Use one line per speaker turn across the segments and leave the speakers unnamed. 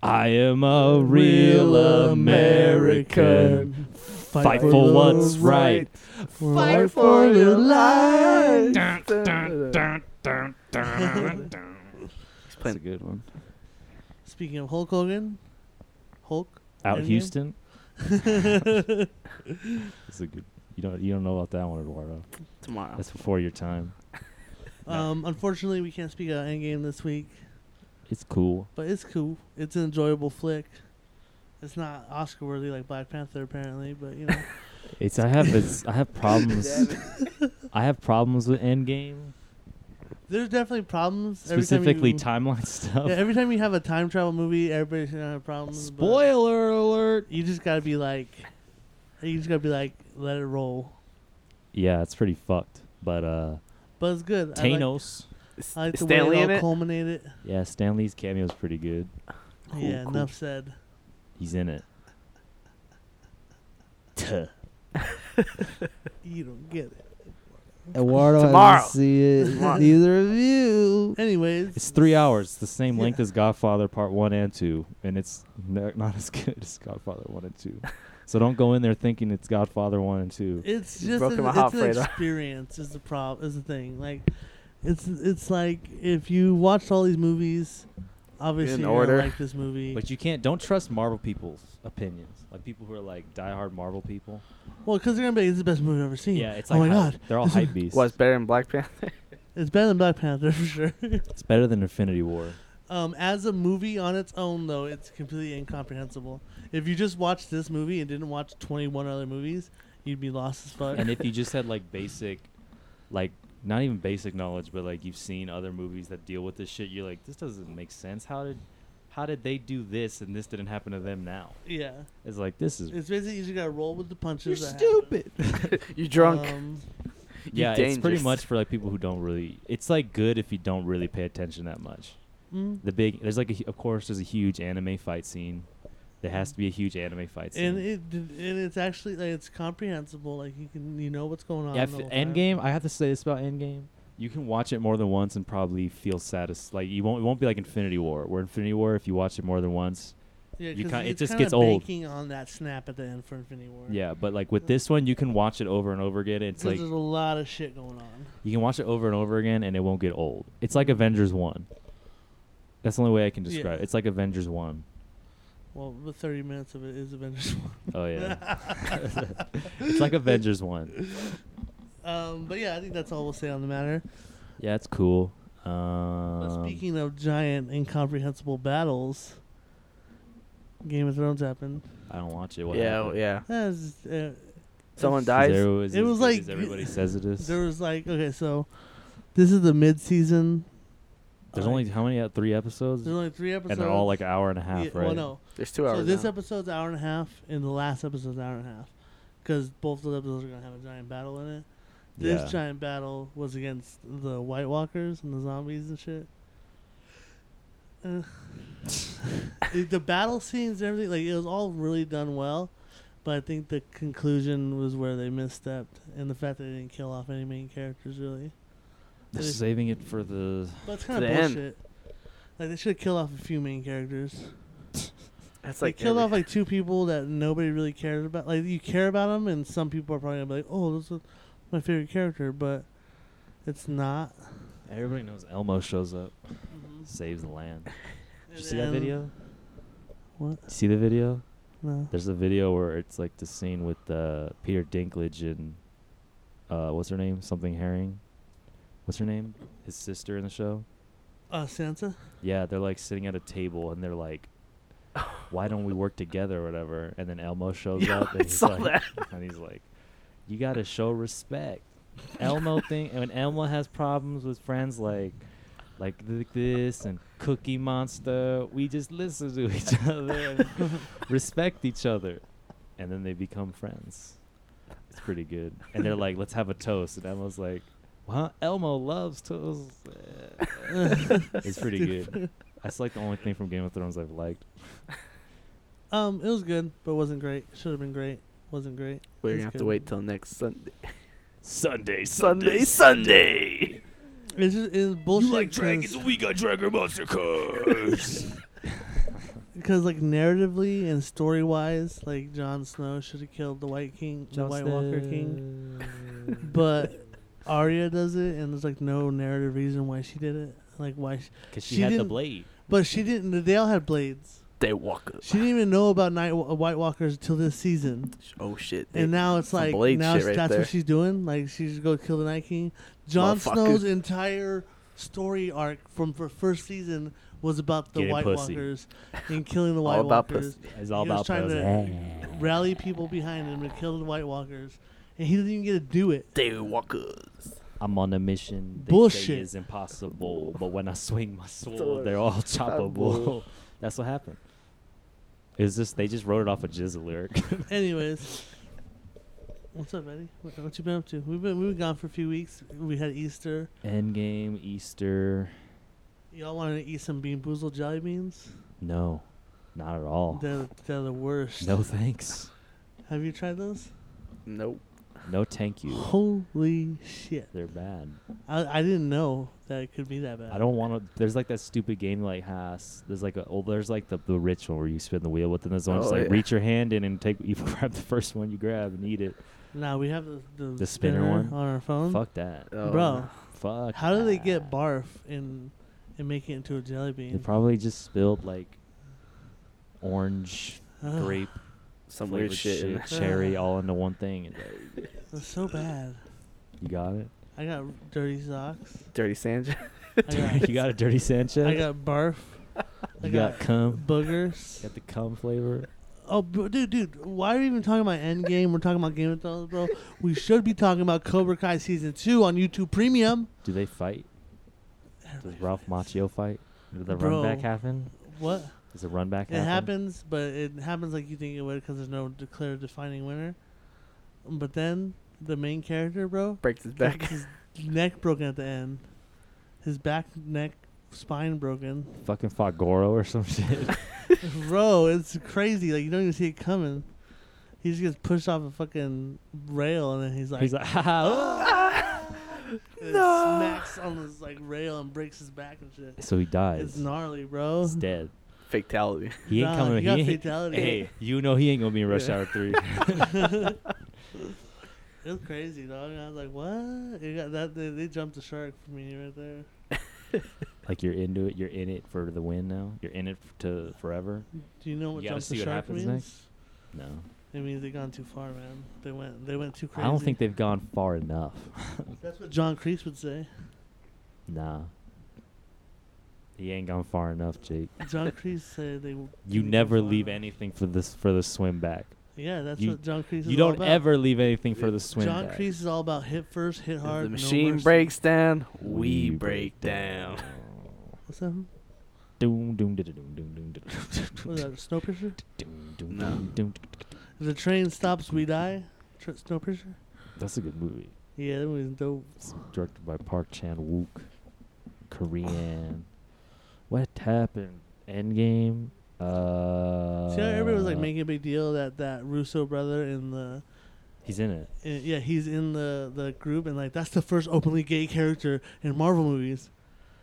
I am a real American. Fight for what's right.
Fight for your life.
Dun, dun, dun, dun, dun, dun.
That's a good one.
Speaking of Hulk Hogan, Hulk.
Out
Endgame?
Houston. That's a good. You don't. You don't know about that one, Eduardo.
Tomorrow.
That's before your time.
Um, unfortunately, we can't speak of Endgame this week,
It's cool.
but it's cool. It's an enjoyable flick. It's not Oscar worthy like Black Panther apparently, but you know.
It's. I have. It's. I have problems. I have problems with Endgame.
There's definitely problems. every time
Specifically
you-
timeline stuff.
Yeah, every time you have a time travel movie, everybody's gonna have problems. but
Spoiler alert.
You just gotta be like, you just gotta be like, let it roll.
Yeah, it's pretty fucked. But uh,
But it's good.
Thanos.
I like, I like the
Stanley
way it
in
all
it?
culminated.
Yeah, Stanley's cameo is pretty good.
Cool,
yeah,
cool.
enough said.
He's in it. Tuh.
You don't get it.
Eduardo
Tomorrow.
hasn't seen
Tomorrow.
it. Neither of you.
Anyways,
It's three hours. It's the same
Yeah.
length as Godfather Part One and Two, and it's n- not as good as Godfather One and Two. So don't go in there thinking it's Godfather One and Two.
it's
You
just
broke
an,
my
it's
heart,
an
Fredo.
experience is the problem is the thing. Like, it's it's like if you watched all these movies, obviously you're
order.
gonna like this movie.
But you can't. Don't trust Marvel people's opinions. Like people who are like diehard Marvel people.
well, because they're gonna be like, "This is the best movie I've ever seen.
Yeah, it's
oh
like
my
hype.
god,
they're all
this is-
hype beasts.
What's better than Black Panther?
it's better than Black Panther for sure.
It's better than Infinity War.
Um, as a movie on its own, though, it's completely incomprehensible. If you just watched this movie and didn't watch 21 other movies, you'd be lost as fuck.
and if you just had like basic, like not even basic knowledge, but like you've seen other movies that deal with this shit, you're like, this doesn't make sense. How did, how did they do this and this didn't happen to them now?
yeah,
It's like this is
it's basically you just gotta roll with the punches.
You're
that happen.
stupid.
you drunk?
Um,
You
yeah, it's pretty
dangerous.
much for like people who don't really. It's like good if you don't really pay attention that much.
mm.
The big there's like a, hu- of course there's a huge anime fight scene. There has to be a huge anime fight scene.
and it did- and it's actually like it's comprehensible. Like you can you know what's going on.
yeah,
the
if,
whole time.
Endgame. I have to say this about Endgame. You can watch it more than once and probably feel satisfied. Like you won't. It won't be like Infinity War. Where Infinity War, if you watch it more than once,
Yeah,
you
'cause
can't- it
it's
just
kinda
gets old.
Banking on that snap at the end for Infinity War.
yeah. But like with this one, you can watch it over and over again. It's
because
like
there's a lot of shit going on.
you can watch it over and over again, and it won't get old. It's like Avengers One. That's the only way I can
Yeah.
describe it. It's like Avengers One.
Well, the 30 minutes of it is Avengers One.
Oh yeah. it's like Avengers one.
Um, but yeah, I think that's all we'll say on the matter.
Yeah, it's cool.
But
Um,
speaking of giant, incomprehensible battles, Game of Thrones happened.
I don't watch it. What
yeah,
happened?
yeah.
That was, uh,
Someone
Is
Is
dies.
there- is
It
as
was
good
like-
as everybody says it is.
there was like okay, so this is the mid-season.
There's
uh,
only how many? uh, Three episodes,
there's only three episodes,
and they're all like an hour and a
Yeah,
half, right?
Well, no.
There's two hours.
So this
now.
episode's hour and a half, and the last episode's hour and a half, because both those episodes are gonna have a giant battle in it. This
Yeah.
giant battle was against the White Walkers and the zombies and shit. Ugh. the the battle scenes, and everything like it was all really done well, but I think the conclusion was where they misstepped, and the fact that they didn't kill off any main characters really.
They're
There's-
saving it for the.
But it's kind
the
of
end.
bullshit. Like they should have killed off a few main characters.
That's
They
like
killed
every-
off like two people that nobody really cared about. Like you care about them, and some people are probably gonna be like, "Oh, this is my favorite character," but it's not.
Everybody knows Elmo shows up,
Mm-hmm.
saves the land. Did you see that video?
What?
You see the video?
No.
There's a video where it's like the scene with uh, Peter Dinklage and uh, what's her name? Something Herring. What's her name? His sister in the show.
Uh, Sansa.
Yeah, they're like sitting at a table and they're like, "Why don't we work together or whatever?" And then Elmo shows
Yeah,
up
I
and he's
saw
like, and he's like, "You got to show respect." Elmo thing and when Elmo has problems with friends like like th- this and Cookie Monster, we just listen to each other and respect each other. And then they become friends. It's pretty good. And they're like, "Let's have a toast." And Elmo's like, "Huh? Elmo loves toast." it's pretty good. That's like the only thing from Game of Thrones I've liked.
Um, it was good, but wasn't great. Should have been great. Wasn't great.
We're
It's
gonna have to
good.
wait till next Sunday.
Sunday,
Sunday, Sunday.
It's just it's bullshit. 'cause-
we got Dragon Monster cards.
because like narratively and story wise, like Jon Snow should have killed the White King, the White Walker King,
King.
but Arya does it, and there's like no narrative reason why she did it, like why. She,
Because she,
She
had the
didn't-
blade.
but she didn't. They all had blades.
They walk. up.
She didn't even know about Night Wa- White Walkers until this season,
Oh shit! They,
and now it's
some
like
blade
now
shit
it's-
right
that's
there.
what she's doing. Like she's go kill the Night King. Jon
Motherfucker.
Snow's entire story arc from for first season was about the
Getting
White
pussy.
Walkers and killing the White
all about
Walkers.
pussy.
It's all
He
about
was trying
pussy.
to rally people behind him and kill the White Walkers, and he didn't even get to do it.
They walkers.
I'm on a mission. They Say
Bullshit.
is impossible, but when I swing my sword,
Sword.
they're all choppable.
Choppable.
That's what happened. Is this? They just wrote it off a jizz lyric.
Anyways, what's up, Eddie? What, what you been up to? We've been we've been gone for a few weeks. We had Easter.
Endgame, Easter.
Y'all wanted to eat some bean boozled jelly beans?
No, not at all.
They're, they're the worst.
Oh. No thanks.
Have you tried those?
Nope.
No thank you.
Holy shit!
They're bad.
I, I didn't know that it could be that bad.
I don't want to. There's like that stupid game like has. There's like a. Oh, there's like the, the ritual where you spin the wheel within the zone. just
Oh,
like
yeah.
reach your hand in and take. You grab the first one you grab and eat it.
Now we have the the,
The spinner one?
on our phone,
Fuck that.
Oh,
bro.
Fuck.
Um, How do they get
that.
barf and and make it into a jelly bean?
They probably just spilled like orange,
Ugh,
grape,
Some
flavored
weird shit. in
shit,
there.
cherry, all into one thing. And like,
That's so bad.
you got it.
I got dirty socks.
Dirty Sanchez.
I got,
you got a dirty Sanchez.
I got barf. I
you got,
got
cum.
boogers.
Got the cum flavor.
Oh, bro, dude, dude, why are we even talking about Endgame? We're talking about Game of Thrones, bro. We should be talking about Cobra Kai season two on YouTube Premium.
Do they fight? Does Ralph Macchio fight? Did the run
Bro.
back happen?
What?
Does the run back
It
happen?
happens, but it happens like you think it would because there's no declared defining winner. But then the main character, bro,
Breaks his back.
gets his neck broken at the end. His back, neck, spine broken.
Fucking fought Goro or some shit.
Bro, it's crazy. Like you don't even see it coming. He just gets pushed off a fucking rail, and then he's like, "Ah,
He's like, "Ah, haha.
and
No.
smacks on his like rail and breaks his back and shit.
So he
It's
dies.
gnarly, bro.
He's dead.
Fatality.
He ain't
Nah,
coming.
He got
ain't-
fatality.
Hey, you know he ain't gonna be in Rush
Yeah.
Hour Three.
It was crazy, dog. And I was like, what? It got that they, they jumped the shark for me right there.
like you're into it. You're in it for the win now. You're in it f- to forever.
Do you know what
You gotta
jump the
see what
shark
happens
means?
next. No,
It means they gone too far, man. They went they went too crazy.
I don't think they've gone far enough.
that's what John Creese would say.
nah, he ain't gone far enough, Jake.
John Creese said they. w-
You
didn't go
never
far
leave
enough.
anything for this for the swim back.
Yeah, that's
You-
what John Creese.
You
is all
don't
about.
ever leave anything for the swim
John
back.
Creese is all about hit first, hit
If
hard.
the
no
machine
mercy.
breaks down, we break down.
What's that? from?
Doom, doom, da- da- doom, doom, doom, da- da-
What is that? Snowpiercer.
doom, doom,
No.
doom, doom.
If the train stops, we die. Tr- Snowpiercer.
That's a good movie.
Yeah, that was dope.
It's directed by Park Chan Wook, Korean. What happened? Endgame. Uh,
See how everybody was like making a big deal that that Russo brother in the
He's in it.
Uh, yeah, he's in the the group, and like that's the first openly gay character in Marvel movies.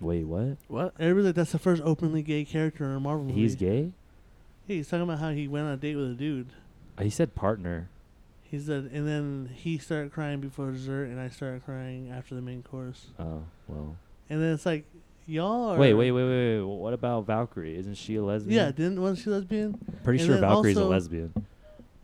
Wait, what?
What?
Everybody's like, that's the first openly gay character in a Marvel movie.
He's gay.
Yeah, he's talking about how he went on a date with a dude.
Uh, He said partner.
He said, and then he started crying before dessert, and I started crying after the main course.
Oh well.
And then it's like, y'all are
Wait, wait, wait, wait, wait. What about Valkyrie? Isn't she a lesbian?
Yeah, didn't wasn't she lesbian?
Pretty
and
sure
then
Valkyrie's a
also-
lesbian.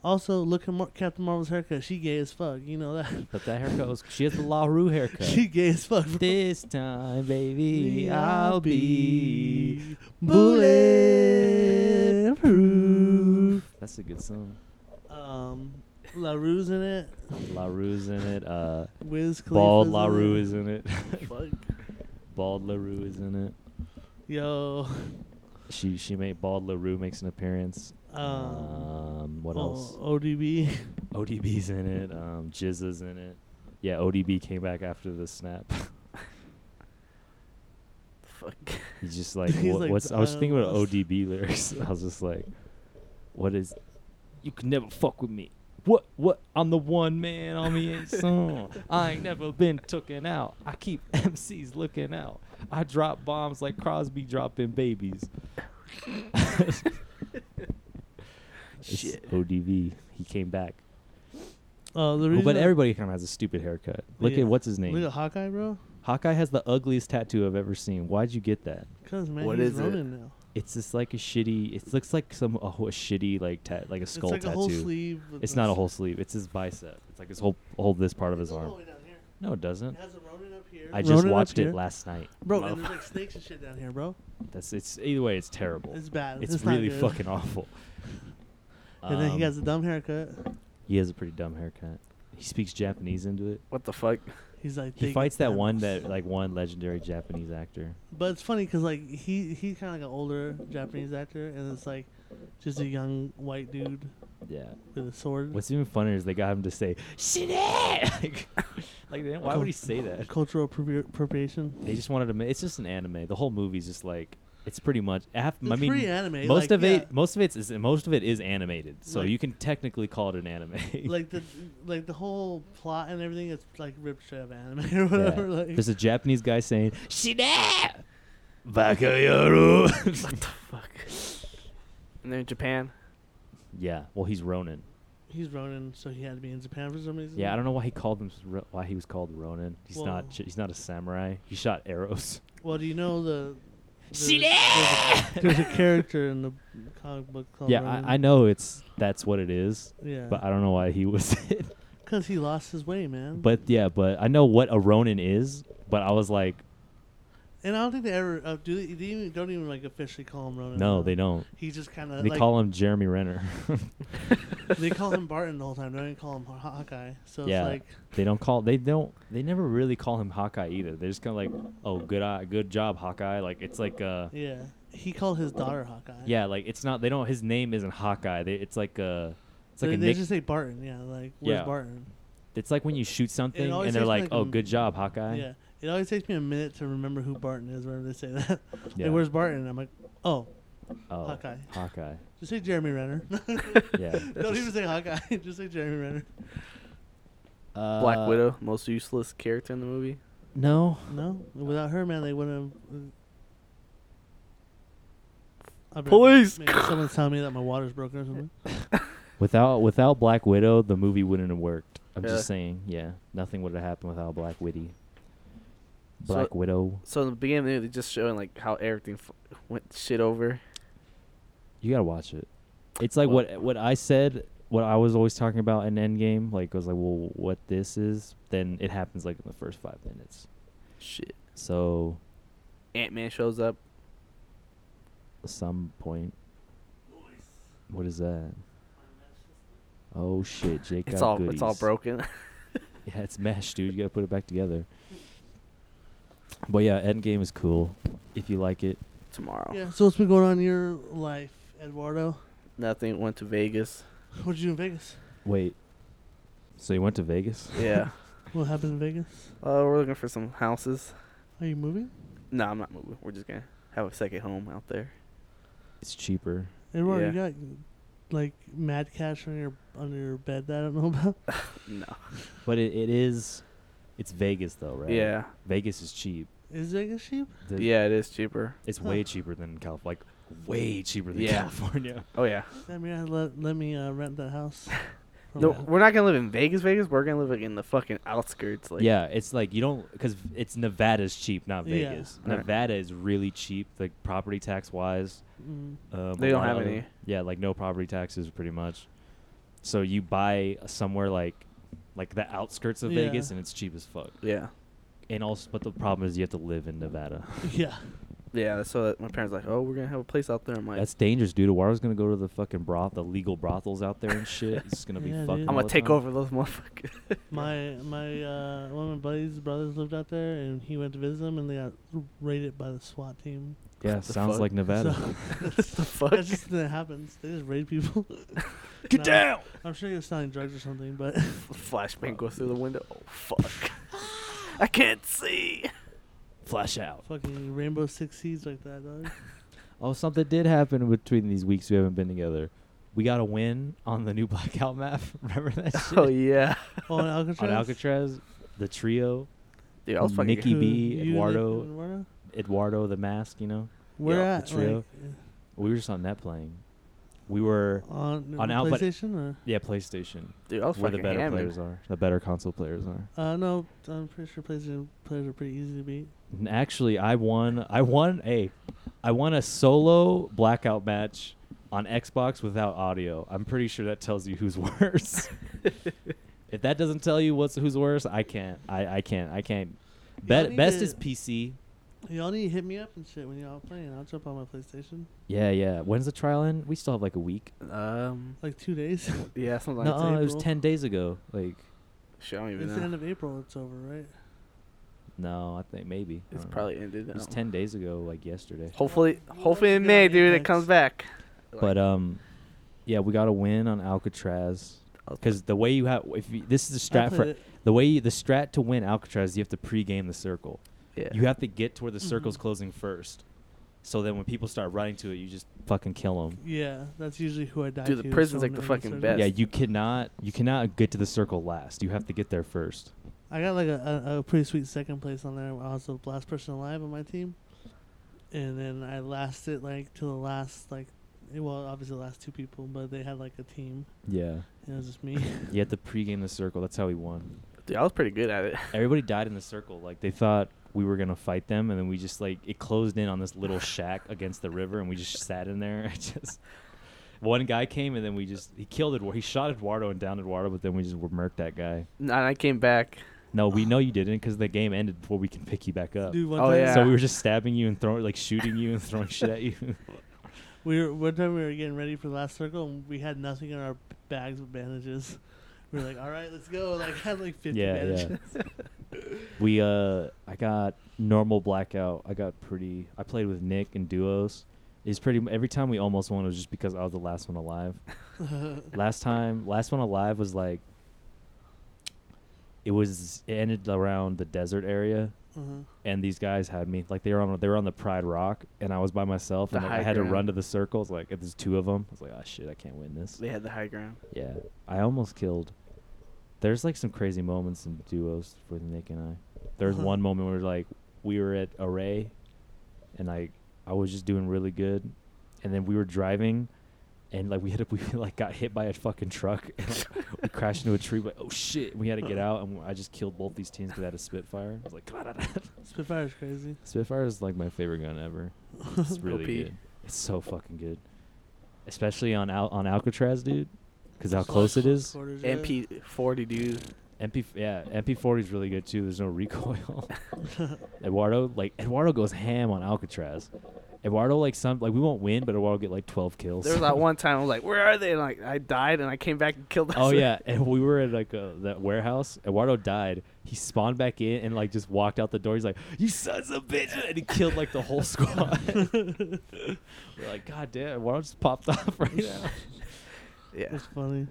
Also, look at Mar- Captain Marvel's haircut. She gay as fuck. You know that.
But that haircut was. She has the La Rue haircut.
she gay as fuck.
this time, baby, I'll be.
bulletproof.
That's a good song.
Um, La Rue's in it.
La Rue's in it. Uh,
Wiz Khalifa.
bald La Rue is in it.
Fuck.
Bald LaRue is in it.
Yo.
She she made Bald LaRue makes an appearance.
Um,
Um, what
oh,
else?
ODB.
ODB's in it. Um, Jizza's in it. Yeah, ODB came back after the snap.
Fuck.
He's just like,
He's
"What-
like,
what's? I was
"I
thinking about
lost."
ODB lyrics. I was just like, what is? You can never fuck with me. What? What? I'm the one man on me ain't song. I ain't never been tooken out. I keep MCs looking out. I drop bombs like Crosby dropping babies. It's
Shit.
ODV. He came back.
Oh, the
Oh,
reason
but
I-
everybody kind of has a stupid haircut. Look
Yeah.
at what's his
look
name.
at Hawkeye, bro.
Hawkeye has the ugliest tattoo I've ever seen. Why'd you get that?
Because man,
What
he's
is it?
Ronin now.
It's just like a shitty. It looks like some a, whole- a shitty like tat, like a
It's
skull
like
tattoo.
a whole sleeve. with
It's
the
not a
s-
whole sleeve. It's his bicep. It's like his whole whole this part of
It
his
goes all the
arm.
way down here.
No, it
It
doesn't.
has a Ronin up here.
I just
Ronin up
watched
here.
it last night.
Bro, and there's
Motherfucker.
like snakes and shit down here, bro.
That's it's either way. It's terrible.
It's bad.
It's,
not
really
good.
fucking awful.
And then
Um,
he has a dumb haircut.
He has a pretty dumb haircut. He speaks Japanese into it.
What the fuck?
He's like
He
they
fights
get
that one
animals.
that like one legendary Japanese actor.
But it's funny because like he he's kind of like an older Japanese actor, and it's like just a young white dude
Yeah.
with a sword.
What's even funnier is they got him to say "shit." like, like they- why would he say that?
Cultural appropri- appropriation.
They just wanted to. ma- It's just an anime. The whole movie's just like it's pretty much. Half,
It's
I mean,
pretty anime.
most
like,
of it,
yeah.
most of it is most of it is animated, so
Like-
you can technically call it an anime.
like the like the whole plot and everything is like ripped straight out of anime or whatever.
Yeah.
Like
There's a Japanese guy saying "shit." Bakayoru.
What the fuck? And they're in Japan.
yeah. Well, he's Ronin.
he's Ronin, so he had to be in Japan for some reason.
Yeah, I don't know why he called him Ro- why he was called Ronin. He's
Well-
not j- he's not a samurai. He shot arrows.
Well, do you know the? There's,
Shit.
there's a- there's a character in the comic book called
yeah,
Ronin.
I, I know it's that's what it is,
Yeah,
but I don't know why he was it.
because he lost his way, man.
But yeah, but I know what a Ronin is, but I was like,
and I don't think they ever uh, do. They, they even, don't even like officially call him Ronin.
no,
now.
they don't.
He just kind of
They
Uh, like,
call him Jeremy Renner.
they call him Barton the whole time. They don't even call him Haw- Hawkeye. So
Yeah.
it's
they don't call they don't they never really call him Hawkeye either. They're just kind of like, "Oh, good eye, good job, Hawkeye." Like it's like uh
like yeah, he called his daughter Hawkeye.
yeah, like it's not they don't his name isn't Hawkeye. They, it's like uh it's
they,
like a
they
nick,
just say Barton. Yeah, like where's
Yeah.
Barton?
it's like when you shoot something
always
and they're
tastes
like,
like
"Oh,
m-
good job, Hawkeye."
Yeah. It always takes me a minute to remember who Barton is whenever they say that.
Yeah.
Like, where's Barton? I'm like, oh,
Oh,
Hawkeye.
Hawkeye.
just say Jeremy Renner.
Yeah.
Don't even say Hawkeye. Just say Jeremy Renner.
Uh,
Black Widow, most useless character in the movie.
No.
No, without her, man, they wouldn't have. uh, I'll be right back.
Police!
Maybe Someone's telling me that my water's broken or something.
Without without Black Widow, the movie wouldn't have worked. I'm
Really?
just saying. Yeah, nothing would have happened without Black Witty.
So-
Black Widow.
So in the beginning, of the movie, they're just showing like how everything f- went shit over.
You gotta watch it. It's like
Well-
what what I said. What I was always talking about in Endgame, like I was like, well, what this is, then it happens like in the first five minutes.
Shit.
So,
Ant Man shows up.
some point. What is that? Oh shit, Jake
It's
got
all it's all
goodies.
broken.
Yeah, it's mesh, dude. You gotta put it back together. But yeah, Endgame is cool if you like it.
Tomorrow,
Yeah. So what's been going on in your life, Eduardo?
nothing. Went to Vegas.
What did you do in Vegas?
Wait, so you went to Vegas?
Yeah.
What happened in Vegas?
Uh, we're looking for some houses.
Are you moving?
No, I'm not moving. We're just gonna have a second home out there.
It's cheaper.
Eduardo, you
Yeah.
got like mad cash on your on your bed that I don't know about.
No.
But it, it is, it's Vegas though, right?
Yeah.
Vegas is cheap.
Is Vegas cheap?
The-
yeah, it is cheaper.
It's
Huh.
way cheaper than California. Like, way cheaper than
Yeah.
California.
Oh yeah.
I mean, I let let me uh, rent that house. for
No,
a while.
we're not gonna live in Vegas. Vegas. We're gonna live like, in the fucking outskirts. Like
yeah, it's like you don't because it's Nevada's cheap, not
Yeah.
Vegas.
Right.
Nevada is really cheap, like property tax wise.
Mm.
Um,
They
a
don't
lot
have
of other-
any.
Yeah, like no property taxes, pretty much. So you buy somewhere like, like the outskirts of Vegas,
Yeah.
and it's cheap as fuck.
Yeah.
And also, but the problem is you have to live in Nevada.
Yeah.
Yeah. So that my parents like, oh, we're gonna have a place out there. I'm like,
That's dangerous, dude. Awaro's gonna go to the fucking broth, the legal brothels out there and shit. It's gonna be
Yeah, dude.
fucking.
I'm
all
gonna
the
take
time.
over those motherfuckers.
My my uh, one of my buddies' brothers lived out there, and he went to visit them, and they got raided by the SWAT team.
Yeah,
What the
sounds
fuck?
like Nevada.
the fuck?
That's just that happens. They just raid people.
Get
No,
down!
I'm sure he was selling drugs or something, but
Flashbang goes through the window. Oh fuck! I can't see.
Flash out.
fucking Rainbow Six Siege like that, dog.
Oh, something did happen between these weeks we haven't been together. We got a win on the new blackout map. Remember that shit?
Oh yeah.
Oh, and Alcatraz.
On Alcatraz, the trio,
Dude, I was fucking.
Nikki-
Who,
B,
you, Nick,
Eduardo.
and Eduardo?
Eduardo the Mask, you know?
Where
Yeah,
at?
the trio.
Like,
We were just on that plane. we were
on,
On
the
Alpha-
PlayStation or
yeah PlayStation
Dude, I was
where the
fucking
better
hammered.
players are, the better console players are.
uh, no, I'm pretty sure PlayStation players are pretty easy to beat.
And actually, I won. I won a, I won a solo blackout match on Xbox without audio. I'm pretty sure that tells you who's worse. if that doesn't tell you what's who's worse, I can't. I I can't. I can't.
Y'all
Bet,
need
best
to-
is PC.
Y'all need to hit me up and shit when y'all playing. I'll jump on my PlayStation
Yeah, yeah. When's the trial end? We still have like a week.
Um,
like two days.
yeah, something like
No,
that.
it was
April.
ten days ago. Like,
Shit, I don't even
it's
know.
the end of April. It's over, right?
no, I think maybe. I
it's
don't know.
probably ended. I
It was
don't
ten days ago, like yesterday.
know. Hopefully,
Well,
hopefully in
yeah,
May, dude, it
Apex.
comes back.
But um, yeah, we got a win on Alcatraz because the way you have if you, this is a
I
strat
played
for
it.
the way you, the strat to win Alcatraz, you have to pregame the circle.
yeah,
You have to get to where the circle's
Mhm.
closing first. So then when people start running to it, you just fucking kill them.
Yeah, that's usually who I die
Dude, the
to,
prison's like
someone
the
in
fucking
circle.
best.
Oh. Yeah, you cannot you cannot get to the circle last. You have to get there first.
I got like a, a, a pretty sweet second place on there. I was the last person alive on my team, and then I lasted like to the last like, eh, well, obviously the last two people, but they had like a team.
Yeah.
And it was just me.
You have to pregame the circle. That's how we won.
dude, I was pretty good at it.
Everybody died in the circle. Like they thought we were gonna fight them, and then we just like it closed in on this little shack against the river, and we just sat in there. I just one guy came, and then we just he killed Eduardo. He shot Eduardo and downed Eduardo, but then we just murked that guy.
No, and I came back.
No, we know you didn't because the game ended before we can pick you back up.
Dude, one
Oh,
time
yeah.
So we were just stabbing you and throwing, like shooting you and throwing shit at you.
we were one time we were getting ready for the last circle, and we had nothing in our bags but bandages. We were like, all right, let's go. Like I had like fifty
Yeah, yeah.
bandages.
we, uh, I got normal blackout. I got pretty. I played with Nick in duos. It's pretty. Every time we almost won, it was just because I was the last one alive. last time, last one alive was like. It was it ended around the desert area,
Uh-huh.
and these guys had me like they were on they were on the Pride Rock, and I was by myself,
The
and like,
high
I had to
ground.
run to the circles. Like there's two of them, I was like, oh shit, I can't win this.
They had the high ground.
Yeah, I almost killed. There's like some crazy moments in duos with Nick and I. There's
Uh-huh.
one moment where like we were at Array, and like I was just doing really good, and then we were driving, and like we hit a, we like got hit by a fucking truck, and like, we crashed into a tree. But oh shit, we had to get out, and I just killed both these teams because I had a Spitfire. I was like, God,
Spitfire's crazy.
Spitfire is like my favorite gun ever. It's really
OP.
good. It's so fucking good, especially on Al- on Alcatraz, dude, because how
It's
close it
like
is.
quarters, yeah.
MP40, dude.
MP f- yeah, MP40 is really good too. There's no recoil. Eduardo like Eduardo goes ham on Alcatraz. Eduardo like some like we won't win, but Eduardo get like 12 kills.
There was that one time I was like, "Where are they?" And like I died, and I came back and killed.
oh
that-
yeah, and we were at like uh, that warehouse. Eduardo died. He spawned back in and like just walked out the door. He's like, "You sons of bitches!" and he killed like the whole squad. we're like, "God damn, Eduardo just popped off right now."
yeah.
That's funny.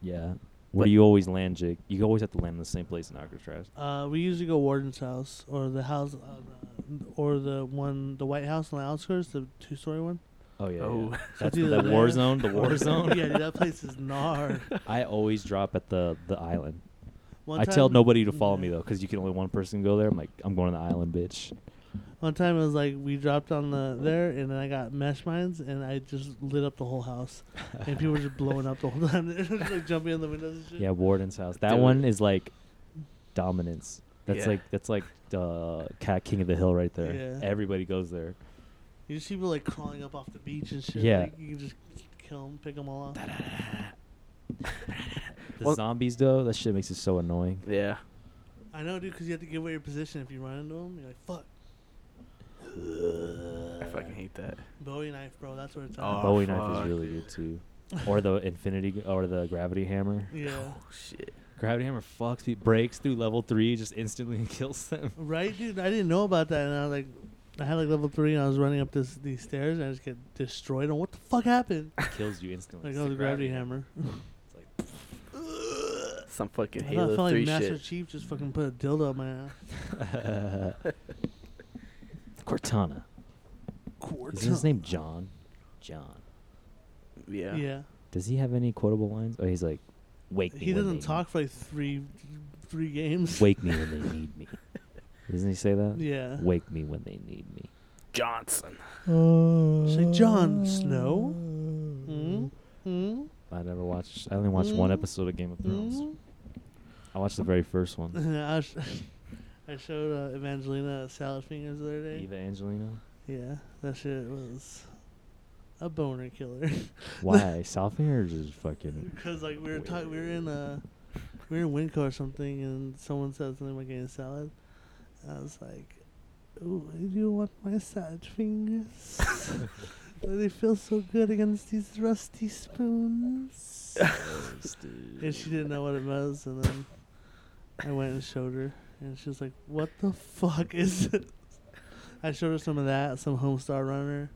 Yeah. Where do you always land, Jake? You always have to land in the same place in Alcatraz.
Uh, we usually go Warden's house or the house, uh, or the one, the White House on the outskirts, the two-story one.
Oh yeah.
Oh.
yeah.
So
That's
do
the
the
war
land-
zone. The war zone.
yeah, dude, that place is gnarly.
I always drop at the the island.
One
I tell
time-
nobody to follow
yeah.
me though, because you can only one person go there. I'm like, I'm going to the island, bitch.
One time it was like we dropped on the there, and then I got mesh mines, and I just lit up the whole house, and people were just blowing up the whole time. They were like jumping on the windows and shit.
Yeah, Warden's house. That
Dude.
one is like dominance. That's
Yeah.
like that's like uh, cat king of the hill right there.
Yeah.
Everybody goes there.
You just see people like crawling up off the beach and shit.
Yeah.
like, you can just kill them, pick them all off.
The
Well-
zombies though, that shit makes it so annoying.
Yeah.
I know, dude, because you have to give away your position if you run into them. You're like, fuck,
I fucking hate that.
Bowie knife, bro. That's where it's at.
Oh,
Bowie knife
fuck.
is really good too, or the infinity g- or the gravity hammer.
Yeah.
Oh shit.
Gravity hammer fucks, it breaks through level three, just instantly and kills them.
Right, dude. I didn't know about that, and I was like, I had like level three, and I was running up this these stairs, and I just get destroyed. And what the fuck happened?
kills you instantly.
Like
It's
I was
the
a gravity hammer.
Some fucking
I thought I
Halo
felt
Three
like Master
shit.
Chief just fucking put a dildo up my ass.
Cortana. Is his name John? John.
Yeah.
Yeah.
Does he have any quotable lines? Oh, he's like, wake me.
He
when
doesn't
they-
talk for like three, three games.
Wake me when they need me. Doesn't he say that?
Yeah.
Wake me when they need me.
Johnson.
Say John Snow. Mm-hmm.
Mm.
Hmm?
never watched. Mm-hmm. I only watched one
Mm.
episode of Game of Thrones.
Mhm.
I watched the very first one.
I, sh- I showed uh, Evangelina salad fingers the other day.
Eva Angelina.
Yeah, that shit was a boner killer.
Why? Southfingers is fucking.
Because like we were talking, we were in uh we were in Winco or something, and someone said something about getting salad. I was like, "Ooh, you want massage fingers? they feel so good against these rusty spoons." and she didn't know what it was, and then I went and showed her, and she was like, "What the fuck is this?" I showed her some of that, some Homestar Runner.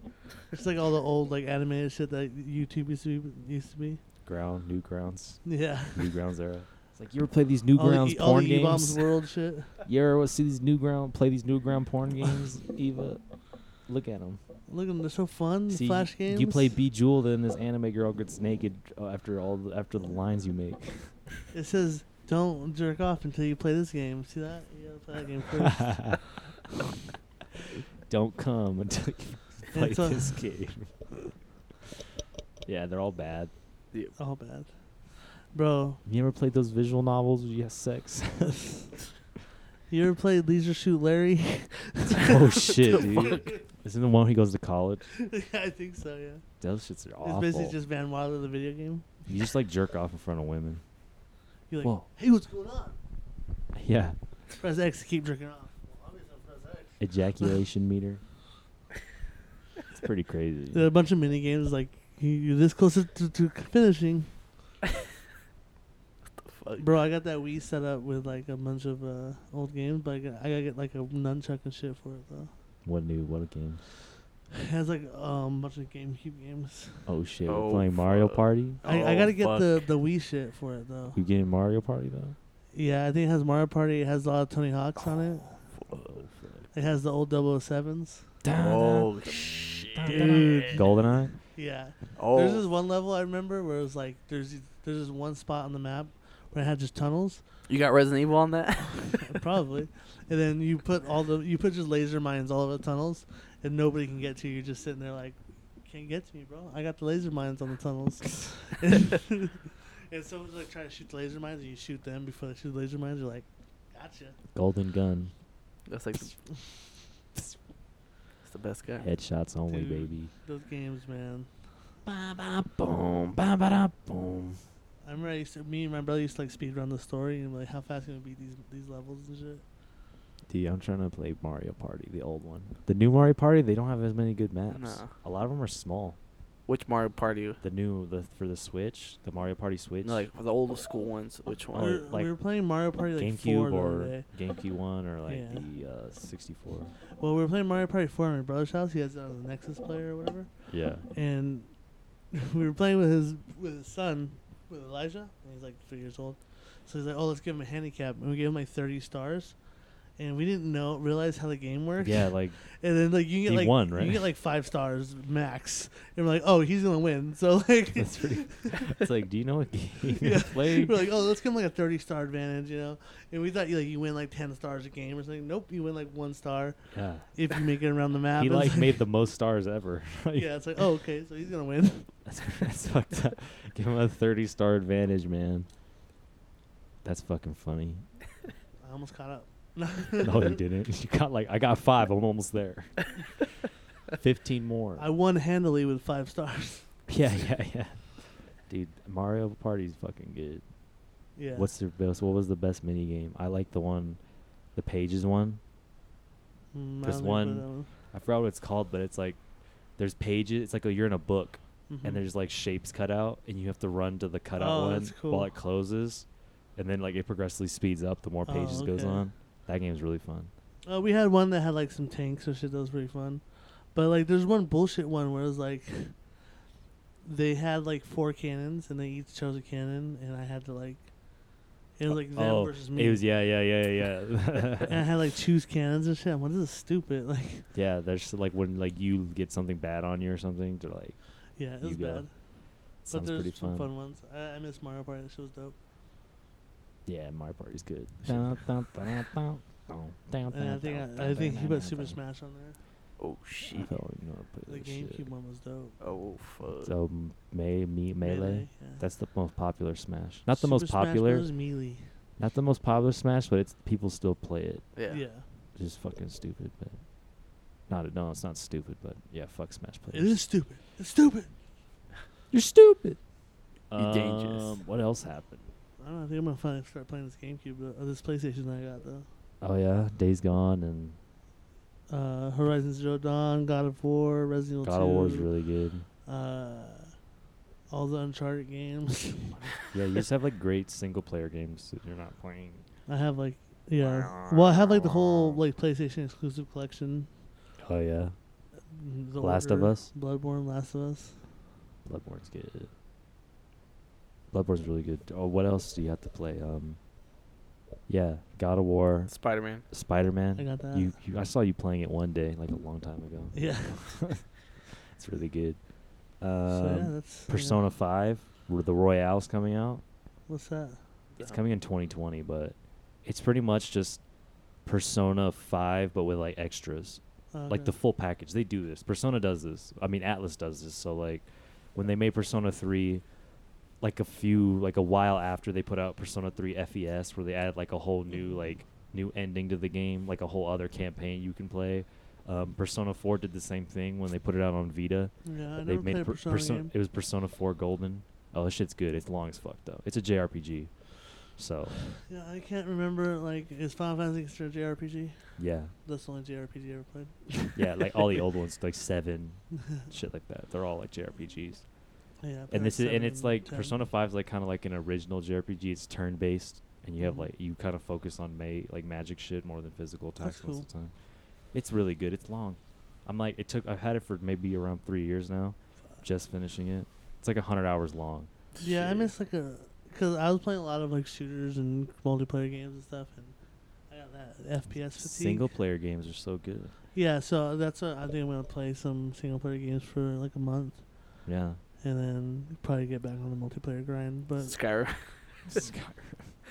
It's like all the old like animated shit that YouTube used to be, used to be.
Ground, Newgrounds,
Yeah.
Newgrounds era. It's like you ever play these Newgrounds
all
porn
the E-bombs
games?
world shit.
You ever see these Newground play these Newground porn games? Eva, look at them.
Look at them, they're so fun.
See,
Mm, Flash games.
you play Bejeweled, and this anime girl gets naked uh, after all the, after the lines you make.
It says don't jerk off until you play this game. See that? You gotta play that game first.
Don't come until you play
It's a-
this game. yeah, they're all bad.
All Oh, bad, bro.
You ever played those visual novels where you have sex?
You ever played Leisure Shoot Larry?
oh shit, dude! Isn't the one he goes to college?
I think so. Yeah.
Those shits are
It's
awful.
basically just Van Wilder the video game.
you just like jerk off in front of women.
You're like,
Whoa.
hey, what's going on?
Yeah,
Press X to keep jerking off. Well, obviously, I'll press X.
ejaculation meter. It's pretty crazy.
There are a bunch of mini games like you- you're this close to, to finishing.
Fuck.
Bro, I got that Wii set up with like a bunch of uh, old games, but I gotta, I gotta get like a nunchuck and shit for it though.
What new? What a game?
It has like um, a bunch of GameCube games.
Oh shit!
Oh,
we're playing Mario
fuck.
Party.
I, I gotta
Oh,
get the,
fuck.
the Wii shit for it though.
You getting Mario Party though?
Yeah, I think it has Mario Party. It has a lot of Tony Hawk's on it. It has the old 007s.
Oh shit!
Dude.
Goldeneye.
Yeah. There's this
Oh,
one level I remember where it was like there's th- there's this one spot on the map where it had just tunnels,
you got Resident Evil on that?
probably, and then you put all the you put just laser mines all over the tunnels, and nobody can get to you. You're just sitting there like, can't get to me, bro. I got the laser mines on the tunnels, and someone's like trying to shoot the laser mines, and you shoot them before they shoot the laser mines. You're like, gotcha.
Golden gun.
That's like the, that's the best guy.
Headshots only,
Dude.
baby.
Those games, man.
Ba ba boom. Ba ba da boom.
I remember I used to, me and my brother used to like speed run the story and be like, how fast can we beat these these levels and shit.
Dude, I'm trying to play Mario Party, the old one. The new Mario Party, they don't have as many good maps.
No.
A lot of them are small.
Which Mario Party?
The new the for the Switch, the Mario Party Switch,
No, like the old school ones. Which
Or,
we,
one?
were,
like,
we were playing Mario Party like four eh?
GameCube
the other
or
day.
GameCube One or like
Yeah.
the uh, 64.
Well, we were playing Mario Party 4 at my brother's house. He has it on the Nexus player or whatever.
Yeah.
And we were playing with his with his son, with Elijah. And he's like three years old. So he's like, oh, let's give him a handicap. And we gave him like 30 stars. And we didn't know realize how the game worked.
Yeah, like
And then like you can
He
get like
won,
you
right?
can get like five stars max. And we're like, oh, he's gonna win. So like
that's pretty. it's like, do you know what game
Yeah.
you play?
We're like, oh, let's give him like a thirty star advantage, you know. And we thought you like you win like ten stars a game or something. Nope, you win like one star
Yeah.
if you make it around the map.
He
It's
like made the most stars ever. Like,
yeah, it's like, oh, okay, so he's gonna win.
That's, that's fucked up. Give him a 30 star advantage, man. That's fucking funny.
I almost caught up.
No, you didn't. You got like, I got five. I'm almost there. 15 more.
I won handily with five stars.
yeah, yeah, yeah. Dude, Mario Party's fucking good.
Yeah.
What's the best? What was the best mini game? I like the one, the pages one.
Mm, I
this
don't think I
one-
played that
I forgot what it's called, but it's like there's pages. It's like a, you're in a book,
Mhm.
and there's like shapes cut out, and you have to run to the cutout
Oh,
one
that's cool.
while it closes, and then like it progressively speeds up the more
Oh,
pages goes
okay.
on. That game's really fun.
Uh, we had one that had like some tanks or shit that was pretty fun, but like there's one bullshit one where it was like they had like four cannons and they each chose a cannon and I had to like it was like them
oh,
versus me.
It was yeah, yeah, yeah, yeah,
and I
yeah.
had like choose cannons and shit. I'm like, this is stupid. Like,
yeah, there's like when like you get something bad on you or something, they're like
yeah, it
You
was
go.
bad. But
sounds
there's
pretty
some
fun.
fun ones. I, I miss Mario Party. That shit was dope.
Yeah, Mario Party's good.
Dun, And Uh, I think I, I think he put Super
I
Smash on there.
Oh shit!
Uh-huh. don't even know how to play
The
this shit.
GameCube one was dope.
Oh fuck!
So m- me, me melee.
yeah.
That's the most popular Smash. Not the
Super
most
Smash
popular.
Bros. Melee.
Not the most popular Smash, but it's people still play it.
Yeah.
yeah.
It's just fucking stupid, but not no, it's not stupid, but yeah, fuck Smash
It
players.
is stupid. It's stupid.
You're stupid.
You're dangerous.
Um, What else happened?
I don't know. I think I'm gonna finally start playing this GameCube uh, this PlayStation I got though.
Oh yeah, Days Gone and
Uh, Horizon Zero Dawn, God of War, Resident Evil
God of War is
2,
really good.
uh, all the Uncharted games.
Yeah, you just have like great single player games that you're not playing.
I have like yeah. Well, I have like the whole like PlayStation exclusive collection.
Oh yeah,
The
Last of
Order,
Us?
Bloodborne, Last of Us.
Bloodborne's good. Bloodborne's really good. Oh, what else do you have to play? Um, yeah, God of War,
Spider Man.
Spider
I
Man.
got that.
You, you, I saw you playing it one day, like a long time ago.
yeah.
It's really good. Um,
so yeah, that's I got-
Persona Five, where the Royale's coming out.
What's that?
It's coming in 2020, but it's pretty much just Persona 5, but with like extras, like the
Okay.
full package. They do this. Persona does this. I mean, Atlas does this. So like, when they made Persona 3, like a few, like a while after they put out Persona 3 FES, where they added like a whole
Mm-hmm.
new like new ending to the game, like a whole other campaign you can play. Um, Persona 4 did the same thing when they put it out on Vita.
yeah, I
They made
never played a
per-
Persona
Perso-
game.
It was Persona 4 Golden. Oh, this shit's good. It's long as fuck though. It's a JRPG. So,
Yeah, I can't remember. Like, is Final Fantasy considered a JRPG?
yeah.
That's the only JRPG I ever played.
Yeah, like all the old ones, like 7, shit like that. They're all like JRPGs.
Yeah.
And this is and
seven
it's like
10.
Persona 5 is like kind of like an original JRPG. It's turn-based and you have
Mhm.
like you kind of focus on ma- like magic shit more than physical attacks most
That's cool.
of the time. It's really good. It's long. I'm like it took I've had it for maybe around 3 years now just finishing it. It's like 100 hours long.
Yeah, I
Shit.
miss like a because I was playing a lot of like shooters and multiplayer games and stuff, and I got that FPS fatigue.
Single player games are so good.
Yeah, so that's what I think I'm gonna play some single player games for like a month,
Yeah.
and then probably get back on the multiplayer grind. But
Skyrim.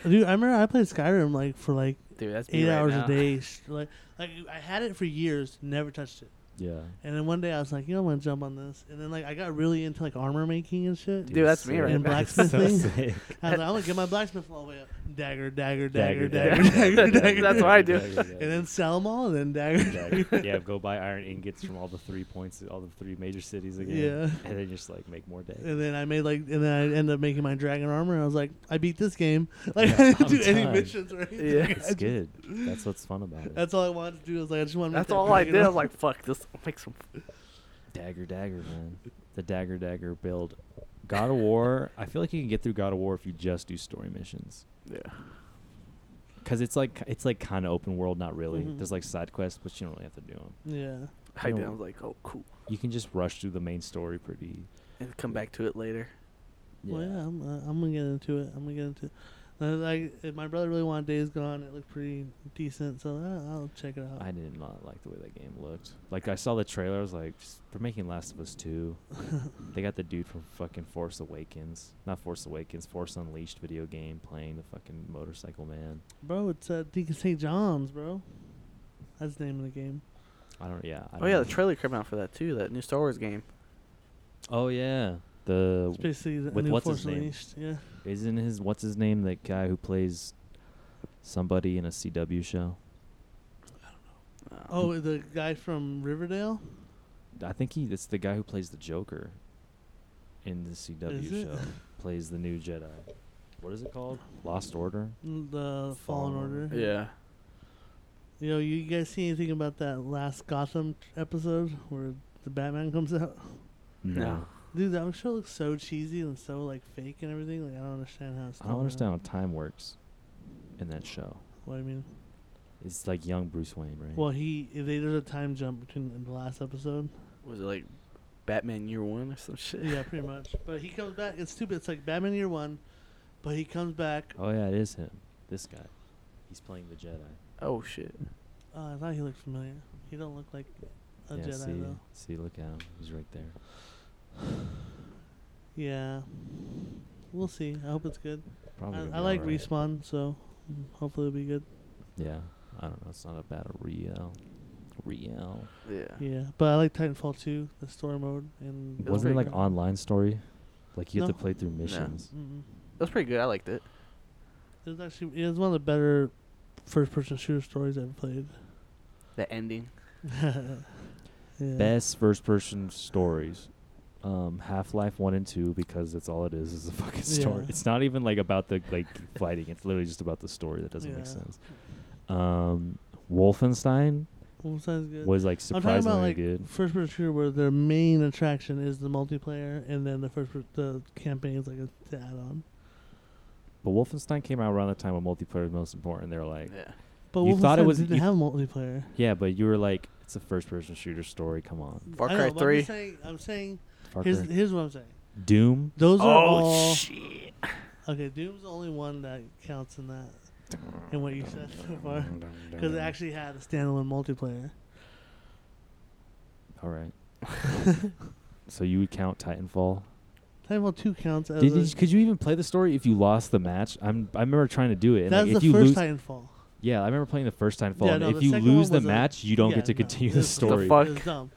dude, I remember I played Skyrim like for like
Dude, that's me
eight
right
hours
now.
a day. sh- Like, like I had it for years, never touched it.
Yeah.
And then one day I was like, you know, I'm gonna jump on this. And then like I got really into like armor making and shit.
Dude, that's me right
And
now.
blacksmithing.
sick.
I was like, I'm gonna get my blacksmith all the way up. Dagger, dagger,
Dagger,
dagger, dagger, dagger, dagger.
That's what I do.
dagger,
And then sell them all, and then dagger.
dagger. Dagger. yeah, go buy iron ingots from all the three points, all the three major cities again.
Yeah.
And then just like make more dagger.
And then I made like, and then I ended up making my dragon armor. And I was like, I beat this game. Like
Yeah,
I didn't
I'm
do any
done.
missions or anything.
Yeah.
I
It's
just-
good. That's what's fun about it.
That's all I wanted to do. I was like, I just want.
That's all I did. I was like, fuck, this will make some.
Dagger, dagger, man. The dagger, dagger build. God of War. I feel like you can get through God of War if you just do story missions.
Yeah.
Cause it's like it's like kind of open world, not really.
Mhm.
There's like side quests, but you don't really have to do them.
Yeah.
I,
No.
did. I was like, oh, cool.
You can just rush through the main story pretty.
And come back to it later.
Well, yeah. I'm, uh, I'm gonna get into it. I'm gonna get into. It. And Like if my brother really wanted Days Gone. It looked pretty decent, so I- I'll check it out.
I did not like the way that game looked. Like I saw the trailer, I was like, "Just- they're making Last of Us two. they got the dude from fucking Force Awakens, not Force Awakens, Force Unleashed video game playing the fucking motorcycle man.
Bro, it's uh, Deacon St. John's, bro. That's the name of the game.
I don't. Yeah. I
Oh,
don't
yeah,
know.
the trailer came out for that, too. That new Star Wars game.
Oh yeah. The
It's basically the
with
new
what's his
Force
name?
Unleashed. Yeah.
isn't his what's his name that guy who plays somebody in a CW show.
Uh,
Oh, the guy from Riverdale.
I think he. It's the guy who plays the Joker. In the CW
Is it?
show, plays the new Jedi. What is it called? Lost Order.
Mm, The Fallen
Fallen Order.
Order.
Yeah.
You know, you guys see anything about that last Gotham episode where the Batman comes out?
No.
Dude, that show looks so cheesy and so like fake and everything. Like I don't understand how. It's
I
done
don't
now.
understand how time works in that show.
What I mean.
It's like young Bruce Wayne, right?
Well, he they, there's a time jump between the last episode.
Was it like Batman Year One or some shit?
yeah, pretty much. But he comes back. It's stupid. It's like Batman Year One, but he comes back.
oh yeah, it is him. This guy. He's playing the Jedi.
Oh, shit.
Oh, I thought he looked familiar. He don't look like a
yeah,
Jedi
see,
though.
see, look at him. He's right there.
Yeah, we'll see. I hope it's good.
Probably.
I,
gonna
I
be
like
alright.
respawn, so mm, hopefully it'll be good.
Yeah, I don't know. It's not a battle real. Real.
Yeah.
Yeah, but I like Titanfall 2, the story mode, and
It was
Wasn't it
pretty
like
on?
online story? Like you have
No.
to play through missions.
Mm-mm.
That was pretty good. I liked it.
It was actually it was one of the better first person shooter stories I've played.
The ending.
Yeah.
Best first person stories. Um, Half Life One and Two because that's all it is is a fucking story.
Yeah.
It's not even like about the like fighting. It's literally just about the story that doesn't
Yeah.
make sense. Um, Wolfenstein
Well, sounds good.
was like
I'm talking
surprisingly
about like
good.
first person shooter where their main attraction is the multiplayer and then the first per- the campaign is like a add on.
But Wolfenstein came out around the time when multiplayer was most important. They're like,
Yeah.
But
You
Wolfenstein
thought it was-
didn't
you-
have multiplayer.
yeah, but you were like, it's a first person shooter story. Come on,
Far
I
Cry
know, but I'm
3.
just saying, I'm saying
Far
here's
Cry.
here's what I'm saying.
Doom.
Those are
Oh
all
shit.
okay. Doom's the only one that counts in that in what you said so far because it actually had a standalone multiplayer.
All right. so you would count Titanfall.
Titanfall two counts as
Did
a,
you, could you even play the story if you lost the match? I'm I remember trying to do it. And
that's
like, if
the
you lose,
first Titanfall.
yeah, I remember playing the first Titanfall.
Yeah,
and
no,
if
the
you
second one
lose the
was a-
match, you don't
Yeah,
get to
no,
continue
it
the
was- it
story.
fuck?
was dumb.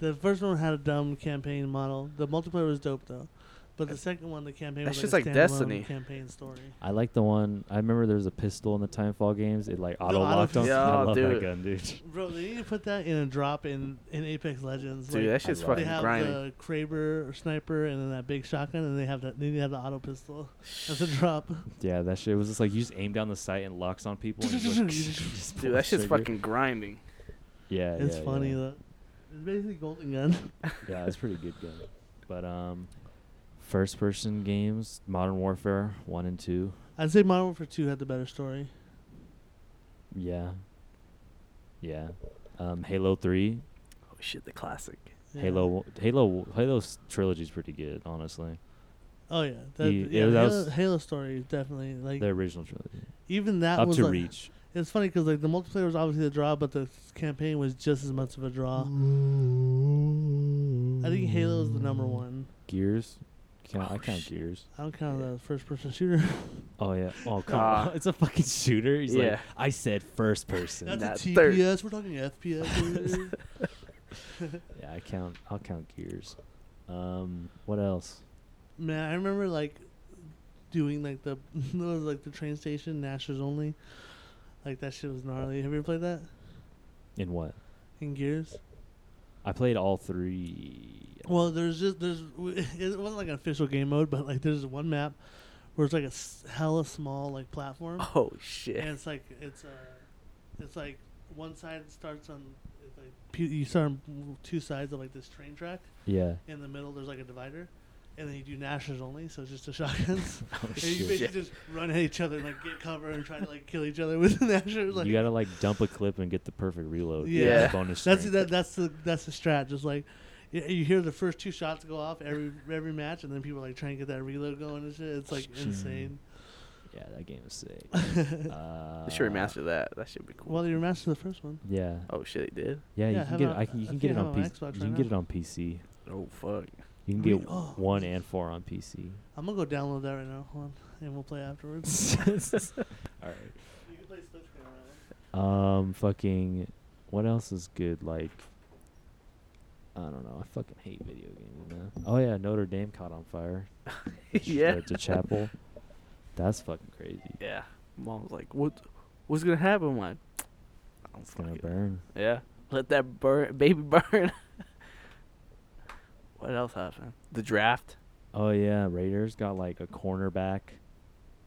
The first one had a dumb campaign model. The multiplayer was dope though, but the second one, the campaign
That's
was
just
like, a
like
standalone
Destiny.
campaign story.
I like the one. I remember there was a pistol in the Titanfall games. It like auto locked
auto-
on.
Yeah,
I love that
dude.
gun, dude.
Bro, they need to put that in a drop in in Apex Legends.
Dude,
like,
that shit's
I love it.
they
fucking
have
grinding.
the Kraber or sniper, and then that big shotgun, and they have that. They need to have the auto pistol as a drop.
Yeah, that shit was just like you just aim down the sight and it locks on people. And you just pull
Dude,
the
that shit's
trigger.
fucking grinding.
Yeah,
it's
yeah,
funny
yeah.
though. It's basically Golden Gun.
Yeah, it's pretty good gun. But um, first person games, Modern Warfare one and two.
I'd say Modern Warfare Two had the better story.
Yeah. Yeah. Um, Halo three.
Oh shit, the classic.
Yeah.
Halo Halo Halo's trilogy is pretty good, honestly.
Oh yeah, that,
You-
yeah,
it was- that
Halo,
was-
Halo story is definitely like
The original trilogy.
even that
Up
was
to
like,
Reach.
It's funny because like the multiplayer was obviously the draw, but the campaign was just as much of a draw. Uh, I think Halo is the number one.
Gears. Count, I
Oh,
count
sh-
Gears.
I don't count that as first person shooter.
Oh yeah. Oh come
Ah.
on. It's a fucking shooter. He's like
Yeah.
I said first person.
That's
Nah,
a
third.
TPS. We're talking FPS. dude.
yeah, I count I'll count Gears. Um what else?
Man, I remember like doing like the it was like the train station Nashers only. Like that shit was gnarly. Have you ever played that
In what?
in Gears?
I played all three.
Well, there's just there's it wasn't like an official game mode, but like there's one map where it's like a s- hella small like platform.
Oh shit.
And it's like it's uh, it's like one side starts on it's like pu- you start on two sides of like this train track.
Yeah.
In the middle, there's like a divider, and then you do nashers only, so it's just the shotguns.
Oh,
and you
shit.
basically just run at each other and like get cover and try to like kill each other with the nashers. Like
you gotta like dump a clip and get the perfect reload.
Yeah.
Yeah.
Bonus.
that's
string.
that, that's the that's the strat. Just like y- you hear the first two shots go off every every match, and then people like trying to get that reload going and shit. It's like
Hmm.
insane.
Yeah, that game is sick. uh,
They should remaster that. That should be cool.
well, they remastered the first one.
Yeah,
oh shit, they did.
yeah.
Yeah,
You
have
can get.
it
It,
on-
I can,
I
you can
think
get it
I have
on
it on
PC.
Xbox
you
right
can get
now.
it on PC.
Oh fuck.
You can
We-
get
oh.
one and four on PC.
I'm gonna go download that right now, hold on, and we'll play afterwards.
All right.
You can play split screen around.
Um, fucking. What else is good? Like, I don't know. I fucking hate video games, man. Oh yeah, Notre Dame caught on fire. Ch-
yeah.
uh, to chapel. That's fucking crazy.
Yeah. Mom was like, "What? What's gonna happen?" I'm like, "I don't
It's gonna
fucking-
burn.
Yeah. Let that burn, baby burn. what else happened? The draft.
Oh yeah, Raiders got like a cornerback,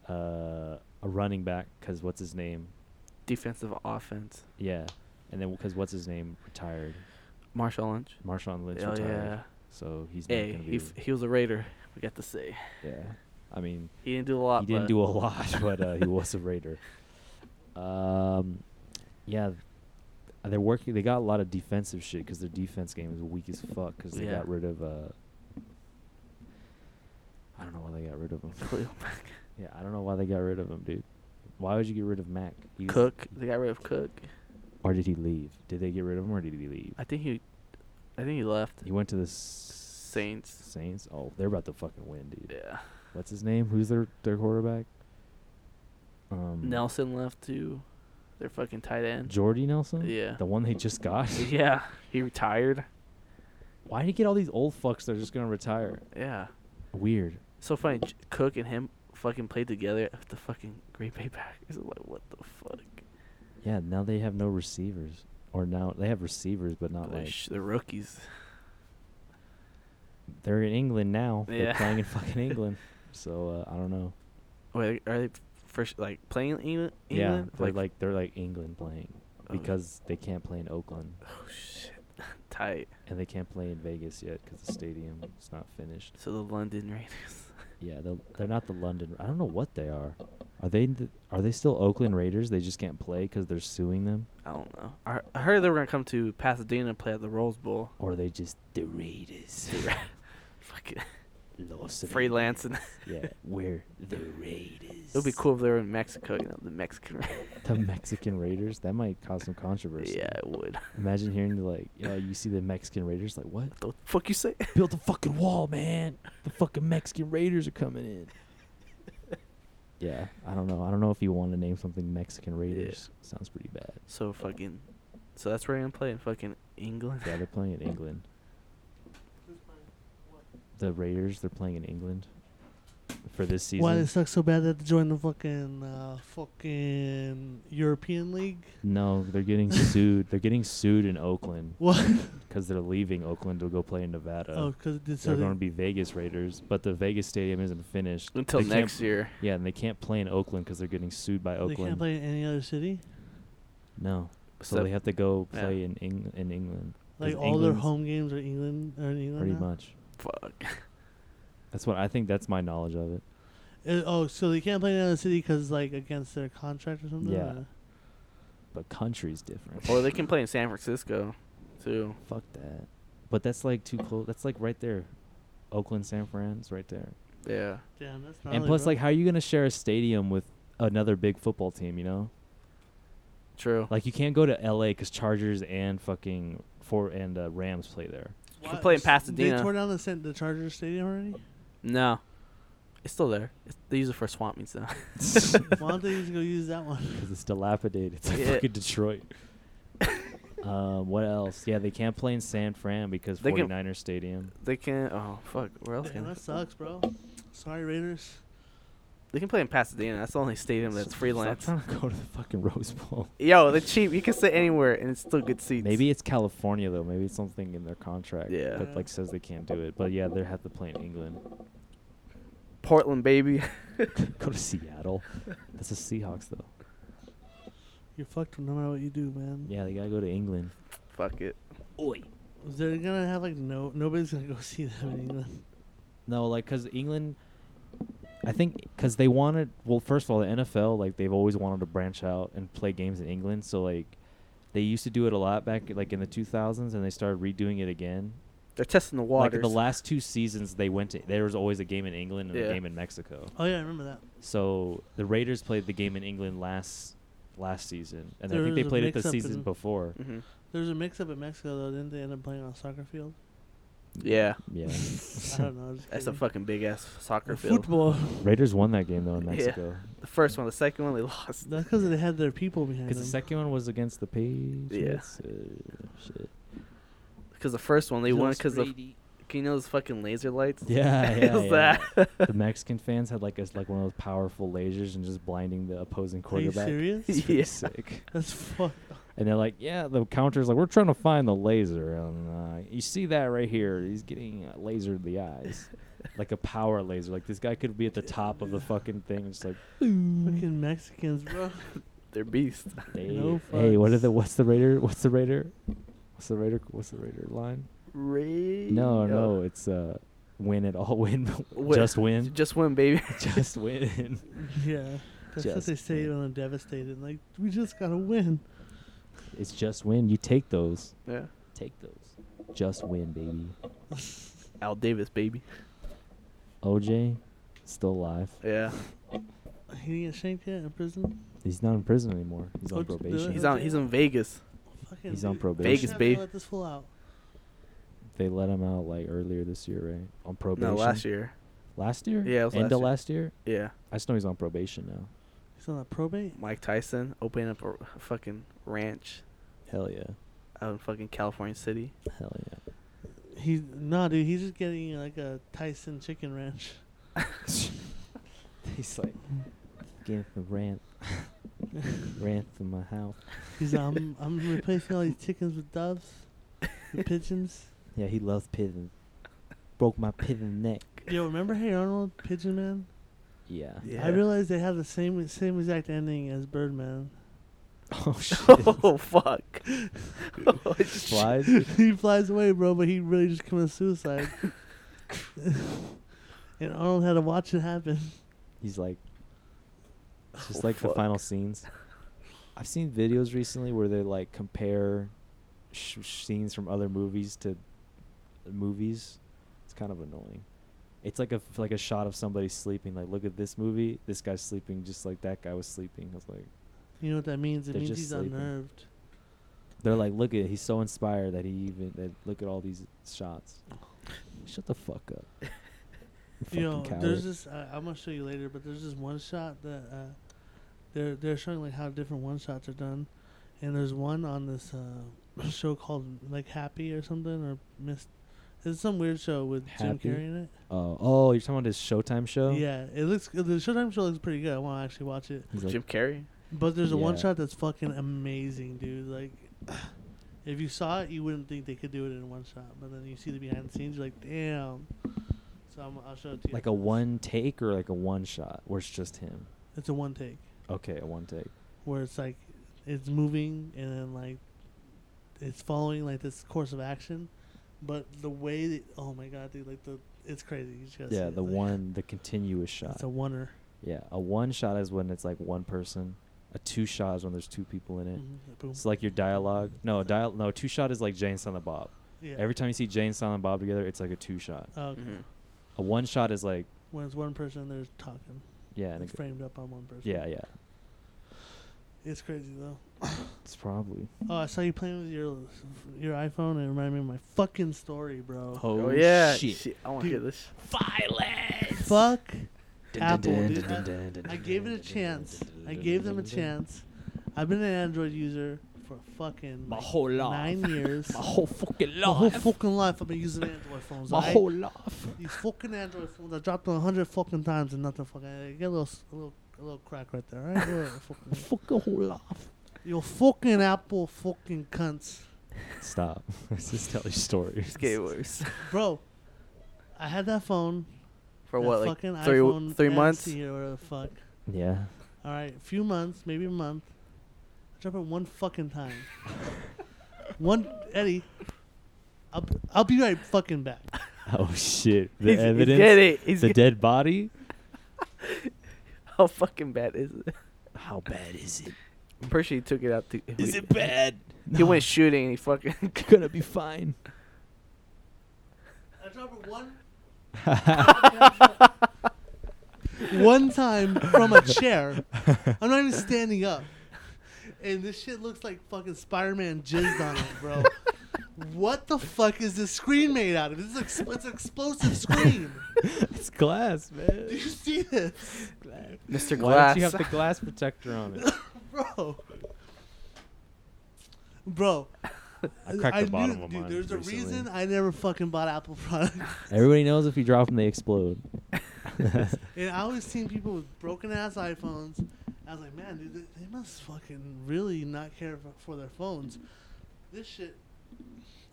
uh, a running back. Cause what's his name?
Defensive offense.
Yeah, and then because what's his name retired,
Marshall Lynch.
Marshawn Lynch
Oh
retired.
yeah.
So he's not
Hey,
gonna
he,
be.
f- he was a Raider. We got to say
yeah, I mean
he didn't do a lot.
he didn't
but
do a lot, but uh, he was a Raider. Um, yeah, they're working. They got a lot of defensive shit because their defense game is weak as fuck because they
Yeah.
got rid of. Uh, I don't know why they got rid of him.
Khalil Mack.
Yeah, I don't know why they got rid of him, dude. Why would you get rid of Mac? He was-
Cook. They got rid of Cook.
or did he leave? Did they get rid of him, or did he leave?
I think he, I think he left.
He went to the
Saints.
Saints. Oh, they're about to fucking win, dude.
Yeah.
What's his name? Who's their their quarterback? Um,
Nelson left too. Their fucking tight end.
Jordy Nelson.
Yeah.
the one they just got.
Yeah. He retired.
Why do you get all these old fucks that are just gonna retire?
Yeah.
Weird.
So funny, J- Cook and him fucking played together at the fucking Great Bay Packers. I'm like, what the fuck?
Yeah, now they have no receivers, or now they have receivers, but not
But they're
like
sh- they're rookies.
they're in England now. They're
Yeah.
playing in fucking England. So uh, I don't know.
Wait, are they first like playing in England? England?
Yeah, they're like, they're like England playing
oh,
because they can't play in Oakland
oh shit, tight.
and they can't play in Vegas yet because the stadium is not finished.
So the London Raiders.
Yeah, they're they're not the London. I don't know what they are. Are they the, are they still Oakland Raiders? They just can't play because they're suing them,
I don't know. I I heard they were gonna come to Pasadena and play at the Rose Bowl.
or are they just the Raiders?
Fucking
Los
freelancing.
Raiders. Yeah, we're the Raiders.
It would be cool if they were in Mexico. You know, the Mexican. Raiders.
The Mexican Raiders. That might cause some controversy.
yeah, it would.
Imagine hearing the, like, you know, you see the Mexican Raiders, like, what?
The fuck you say?
Build the fucking wall, man. The fucking Mexican Raiders are coming in. Yeah, I don't know. I don't know if you want to name something Mexican Raiders. Sounds pretty bad.
So fucking. So that's where you're gonna play in fucking England.
Yeah, they're playing in England. The Raiders, they're playing in England for this season.
Why they suck so bad that they joined the fucking uh, fucking European League?
No, they're getting sued. They're getting sued in Oakland
What?
because they're leaving Oakland to go play in Nevada.
oh, because it did
they're going to
so.
be Vegas Raiders, but the Vegas stadium isn't finished
Until
They can't-
next year.
Yeah, and they can't play in Oakland because they're getting sued by
They can't
Oakland.
play in any other city.
No, so
Except-
they have to go
yeah.
play in Eng- in England. 'Cause
Like all their
England's
home games are England are in England.
pretty
now?
much.
Fuck.
That's what I think. That's my knowledge of it.
Uh, oh, so they can't play in another city because like against their contract or something.
Yeah.
or-
But country's different.
Or they can play in San Francisco, too.
Fuck that. But that's like too close. That's like right there, Oakland, San Fran's right there.
Yeah.
Damn, that's
and
gnarly,
plus,
bro.
like, how are you gonna share a stadium with another big football team? You know,
True.
like you can't go to L.A. because Chargers and fucking four and uh, Rams play there.
can
What?
play in
S-
Pasadena.
They tore down the, San- the Chargers stadium already.
No. It's still there. It's, they use it for swamp meets now.
Why don't they just go use that one?
because it's dilapidated. It's like
Yeah.
fucking Detroit. um, what else? Yeah, they can't play in San Fran because
They can-
49er Stadium.
They can. Oh, fuck. Where else
Damn,
can
that sucks, bro. Sorry, Raiders.
They can play in Pasadena. That's the only stadium that's
Stop
freelance.
trying to go to the fucking Rose Bowl.
Yo, they're cheap. You can sit anywhere and it's still good seats.
Maybe it's California though. Maybe it's something in their contract
Yeah.
that like says they can't do it. But yeah, they have to play in England.
Portland, baby.
Go to Seattle. That's the Seahawks though.
You're fucked no matter what you do, man.
Yeah, they gotta go to England.
Fuck it.
They're gonna have like no nobody's gonna go see them in England.
No, like because England, I think because they wanted. Well, first of all, the NFL like they've always wanted to branch out and play games in England. So like, they used to do it a lot back like in the 2000s, and they started redoing it again.
They're testing the waters.
Like the last two seasons, they went to there was always a game in England and
Yeah.
a game in Mexico.
Oh yeah, I remember that.
So the Raiders played the game in England last last season, and I
There
think they
was a
played it the
mix-up
season
in-
before.
hmm
There was a mix up in Mexico though, didn't they end up playing on a soccer field?
Mm-hmm. Yeah.
Yeah,
I don't know. I'm just
That's a
kidding.
fucking big ass soccer field.
football.
Raiders won that game though in
Yeah.
Mexico
The first one, the second one, they lost.
That's because they had their people behind
because
them.
the second one was against the Patriots. Uh, shit.
Because the first one, they won because of. Can you know those fucking laser lights?
Yeah, yeah,
It's
yeah.
that.
the Mexican fans had like a, like one of those powerful lasers and just blinding the opposing
Are you
quarterback.
serious?
It's pretty
Yeah.
sick.
That's fuck.
And they're like, yeah, the counter's like, we're trying to find the laser, and uh, you see that right here. He's getting uh, lasered in the eyes, like a power laser. Like this guy could be at the top of the fucking thing. It's like,
Mm.
Fucking Mexicans, bro.
They're beasts.
hey,
No
hey, what are
fucks.
the what's the raider? What's the raider? What's the raider? What's the raider line?
Ray.
No, no, it's uh, win it all, win,
Win.
just win,
Just win, baby.
just win.
yeah. That's what they
Just
say
win.
when I'm devastated. Like, we just gotta win.
It's just win. You take those.
Yeah.
Take those. Just win, baby.
Al Davis, baby.
OJ, still alive.
Yeah.
He didn't get shanked yet in prison?
He's not in prison anymore. He's on
Oh, d-
probation.
He's on. He's in Vegas.
Fucking
He's on
dude,
probation.
they
Vegas,
should
babe.
Let this fool out.
they let him out like earlier this year, right? On probation.
No, last year.
Last year?
Yeah, it was
End
last
of
year.
last year.
Yeah.
I just know he's on probation now.
He's on a probate?
Mike Tyson opening up a r- a fucking ranch
Hell yeah.
out in fucking California City.
Hell yeah.
He no, dude. He's just getting like a Tyson chicken ranch.
He's like, get the rant, rant from my house.
He's like,
um,
I'm I'm replacing all these chickens with doves, with pigeons.
Yeah, he loves pigeons. Broke my pigeon neck.
Yo, remember Hey Arnold, Pigeon Man?
Yeah.
Yeah.
I realized they have the same same exact ending as Birdman.
Oh shit.
oh fuck. Oh, shit.
Flies.
he flies away, bro, but he really just commits suicide. and Arnold had to watch it happen.
He's like, it's just
Oh,
like the
fuck.
final scenes. I've seen videos recently where they like compare sh- sh- scenes from other movies to movies. It's kind of annoying. It's like a f- like a shot of somebody sleeping. Like, look at this movie. This guy's sleeping just like that guy was sleeping. I was like,
You know what that means? It
They're
means
just
he's
sleeping.
unnerved.
they're like, look at he's so inspired that he even that look at all these shots. Shut the fuck up. you fucking
Yo,
coward.
there's this. Uh, I'm gonna show you later, but there's this one shot that uh, they're they're showing like how different one shots are done, and there's one on this uh, show called like Happy or something or Miss. It's some weird show with
Happy?
Jim Carrey in it.
oh, oh, you're talking about his Showtime show.
Yeah, it looks. The Showtime show looks pretty good. I want to actually watch it.
He's like,
Jim Carrey.
But there's a one
Yeah.
shot that's fucking amazing, dude. Like, if you saw it, you wouldn't think they could do it in one shot. But then you see the behind the scenes, you're like, damn. So I'm, I'll show it to you.
like a one take or like a one shot where it's just him.
It's a one take
Okay, a one take.
where it's like, it's moving and then like, it's following like this course of action, but the way, that, oh my god, dude, like the, it's crazy. You just gotta see
yeah,
it.
the
Like,
one, the continuous shot.
It's a oneer.
yeah, a one shot is when it's like one person. A two shot is when there's two people in it.
Mhm, boom.
It's like your dialogue. No, a dial. No, two shot is like Jane, Silent Bob.
yeah.
Every time you see Jane, Silent Bob together, it's like a two shot.
Oh, okay.
Mhm.
A one shot is like
when it's one person, they're talking.
yeah, and it
it's
go-
framed up on one person.
yeah, yeah.
It's crazy though.
It's probably.
Oh, I saw you playing with your your iPhone and it reminded me of my fucking story, bro.
Oh, yeah.
shit.
Shit, I want to hear this.
Fuck Apple, dude. I, I gave it a chance. I gave them a chance. I've been an Android user for fucking
My
like,
whole life.
nine years.
My whole fucking
My whole
life.
fucking life I've been using Android phones.
My
alright?
whole life.
These fucking Android phones I dropped them a hundred fucking times and nothing fucking. I get a little s- a little a little crack right there. All right, a little
My
fucking,
fucking whole life.
your fucking Apple fucking cunts.
Stop. Let's just tell your story.
It's getting worse.
Bro, I had that phone.
For
that
what, like
fucking
three
iPhone
three
SE
months?
or whatever the fuck.
Yeah.
All right, a few months, maybe a month. I drop it one fucking time. one
eh,
Eddie. I'll, I'll be right fucking back.
Oh shit. The
He's- he's
evidence.
Get it? He's
the
get-
dead body.
How fucking bad is it?
How bad is it?
I'm pretty sure he took it out. To,
Is
he,
it bad?
He went shooting and he fucking.
Gonna be fine.
I drop it one. one time from a chair. I'm not even standing up. And this shit looks like fucking Spider Man jizzed on it, bro. What the fuck is this screen made out of? This is ex- it's an explosive screen.
it's glass, man.
Do you see this,
Mr.
Why
Glass.
did you have the glass protector on it?
bro? Bro,
I cracked the
knew-
bottom of
dude,
mine.
There's
recently.
a reason I never fucking bought Apple products.
Everybody knows if you drop them, they explode.
And I always seen people with broken ass iPhones. I was like, man, dude, they- they must fucking really not care for, for their phones. This shit,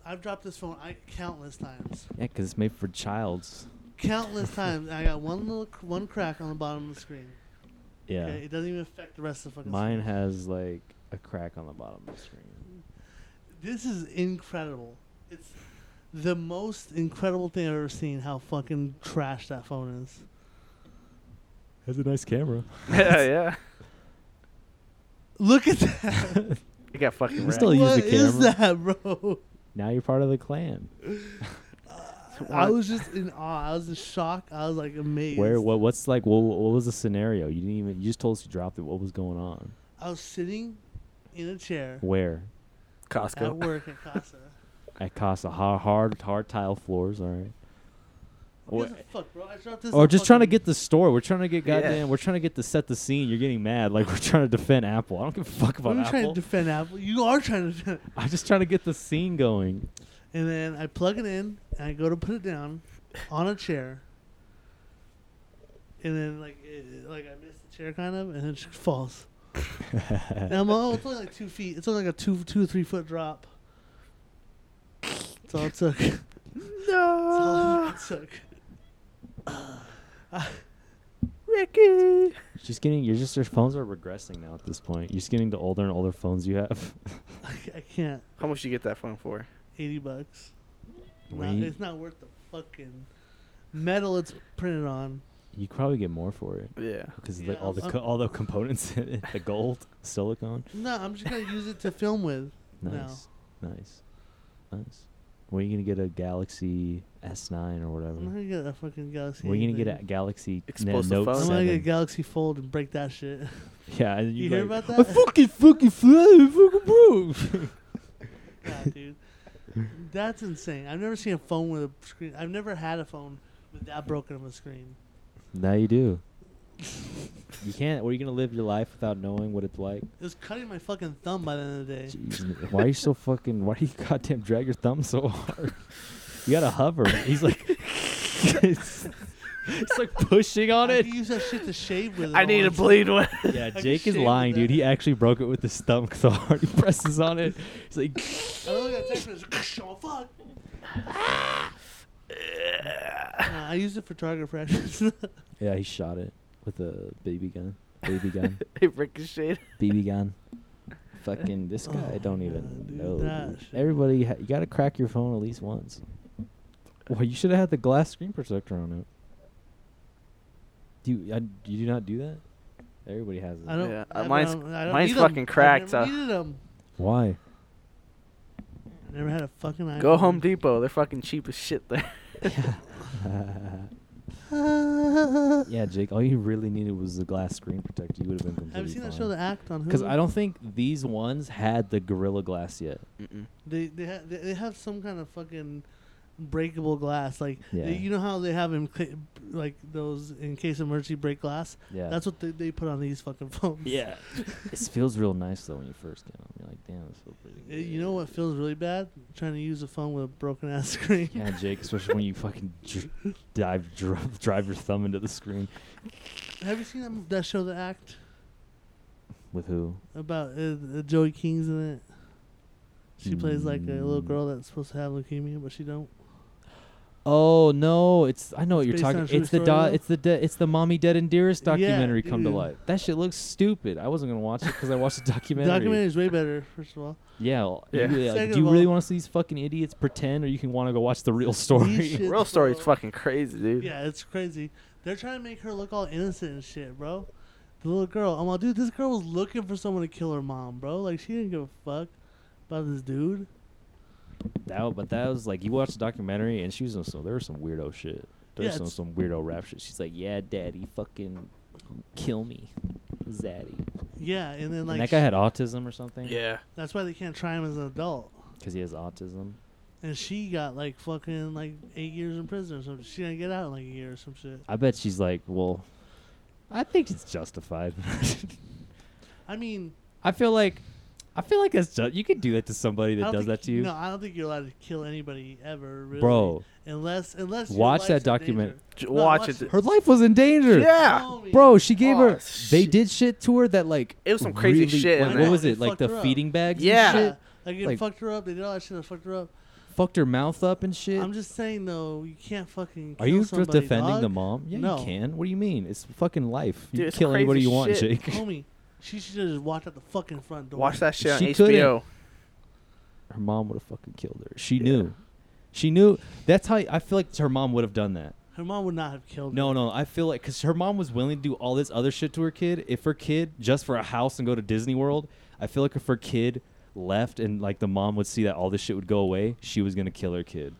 I've dropped this phone I, countless times,
Yeah, 'cause it's made for childs.
countless times. And I got one little cr- one crack on the bottom of the screen.
Yeah.
Okay, it doesn't even affect the rest of the fucking.
Mine
screen.
has like a crack on the bottom of the screen.
This is incredible. It's the most incredible thing I've ever seen. How fucking trash that phone is.
Has a nice camera.
yeah, yeah.
Look at that.
It got fucking
We
wrecked.
still- They'll use
What
the
is that, bro?
Now you're part of the clan.
I was just in awe. I was in shock. I was like amazed.
Where? What? What's like? What, what was the scenario? You didn't even. You just told us you dropped it. What was going on?
I was sitting in a chair
Where?
at
Costco.
work at Casa.
At Casa. Hard, hard, hard tile floors. All right.
Who
Or,
gives a fuck, bro? I dropped this
or
on
just trying to
fucking-
get the store. We're trying to get
Yeah.
goddamn. We're trying to get the set the scene. You're getting mad. Like we're trying to defend Apple. I don't give a fuck
What
about
are you trying
Apple.
to defend Apple? You are trying to defend.
I'm just trying to get the scene going.
And then I plug it in and I go to put it down on a chair. And then like it, it- like I miss the chair kind of and then she falls. and I'm oh it's only like two feet. It's only like a two two or three foot drop. That's all it took. That's all
Ah,
it took.
Ricky.
She's getting. You're just. Your phones are regressing now at this point. You're just getting the older and older phones you have.
I, I can't.
How much you get that phone for?
Eighty bucks. Not,
When you,
it's not worth the fucking metal it's printed on.
you probably get more for it
Yeah.
because
Yeah,
all the
I'm-
co- all the components in it, the gold, silicone.
No, I'm just gonna use it to film with. No.
Nice, nice, nice. When are you gonna get a Galaxy S9 or
I'm
whatever?
gonna get a fucking Galaxy.
When are you gonna
anything.
get a Galaxy Na-
Explosive
Note
phone?
I'm
7?
gonna get a Galaxy Fold and break that shit.
yeah, and
You,
you,
hear
like,
about that?
fucking fucking fly, fucking proof.
God, dude. That's insane. I've never seen a phone with a screen. I've never had a phone with that broken of a screen.
now you do. You can't. Were you gonna live your life without knowing what it's like?
It was cutting my fucking thumb by the end of the day.
Jeez, why are you so fucking? Why do you goddamn drag your thumb so hard? You gotta hover. He's like, it's, it's like pushing on
I
it.
could use that shit to shave with.
I
it
need a
once.
bleed one.
Yeah,
can
Jake
shave
is
with
lying, dude.
that.
He actually broke it with his thumb so hard he presses on it. He's like,
I look at that text message. Oh fuck.
"Ah!"
Nah, I used it for target practice.
yeah, he shot it with a baby gun. Baby gun.
it ricocheted.
BB gun. Fucking this guy, I
Oh,
don't even
God, dude,
know.
that
dude.
shit.
Everybody, ha- you gotta crack your phone at least once. Well, you should have had the glass screen protector on it. Do you, uh, do you not do that? Everybody has it.
I don't.
Yeah, uh,
I,
mine's-
don't, I don't
mine's
need 'em.
fucking cracked,
I
uh,
never needed 'em.
Why?
I never had a fucking iPhone.
Go Home Depot. They're fucking cheap as shit there.
yeah, Jake, all you really needed was the glass screen protector. You would have been completely
Have you seen that show, The Act, on Hulu?
Because I don't think these ones had the Gorilla Glass yet.
Mm-mm.
They they have they they have some kind of fucking breakable glass. Like
Yeah.
they, you know how they have in cla- like those in case of emergency break glass.
Yeah.
That's what they, they put on these fucking phones.
yeah. it feels real nice though when you first get them. You're like, damn, this feels pretty.
Uh, You know what feels really bad? Trying to use a phone with a broken ass screen.
Yeah, Jake, especially when you fucking dr- dive dr- drive your thumb into the screen.
Have you seen that, m- that show, The Act,
With who?
about uh, uh, Joey King's in it? She plays like a
Mm.
little girl that's supposed to have leukemia, but she don't.
Oh no, it's I know what
It's
you're
based on
talking.
a true
It's the
story,
do-
though?
it's the de- it's the mommy dead and dearest
Yeah,
documentary come to
dude.
life. That shit looks stupid. I wasn't gonna watch it because I watched the documentary.
Documentary is way better, first of all.
Yeah. well,
Yeah.
you- yeah,
Second
do you
of
really
all-
want to see these fucking idiots pretend, or you can want to go watch the real story?
shit-
Real story's fucking crazy, dude.
Yeah, it's crazy. They're trying to make her look all innocent and shit, bro. The little girl. I'm like, dude, this girl was looking for someone to kill her mom, bro. Like, she didn't give a fuck about this dude.
that, but that was like you watched the documentary, and she was on some. There was some weirdo shit. There
Yeah,
was some,
it's-
some weirdo rap shit. She's like, "Yeah, daddy, fucking kill me, zaddy."
Yeah, and then, like,
and that guy had autism or something.
Yeah.
that's why they can't try him as an adult.
because he has autism.
And she got, like, fucking, like, eight years in prison or something. She didn't get out in, like, a year or some shit.
I bet she's like, well, I think it's justified.
I mean,
I feel like, I feel like that's ju- you could do that to somebody
I
that
don't
does
think-
that to you,
No, I don't think you're allowed to kill anybody ever, really.
bro.
Unless, unless. your
Watch
life's
that
in
document-
danger.
J-
No,
watch,
watch
it.
it.
Her life was in danger.
Yeah.
Homie.
Bro, she gave
Oh,
her. They
shit.
did shit to her that like
It was some crazy shit in
Like,
there.
what was
They
it like?
fucked
The
her up.
feeding bags.
Yeah.
and shit?
Like, it
Like-
fucked her up. They did all that shit that fucked her up.
fucked her mouth up and shit.
I'm just saying though, you can't fucking.
Are
kill
you
somebody,
just defending
dog.
the mom? Yeah,
No.
you can. What do you mean? It's fucking life. You
Dude,
can
it's
kill anybody
crazy
you want,
shit.
Jake.
Homie, she should have just walked out the fucking front door.
Watch that shit on
She
HBO.
couldn't. Her mom would have fucking killed her. She knew. She knew. That's how I feel like her mom would have done that.
Her mom would not have killed.
No, no, I feel like because her mom was willing to do all this other shit to her kid. If her kid just for a house and go to Disney World, I feel like if her kid left and like the mom would see that all this shit would go away, she was gonna kill her kid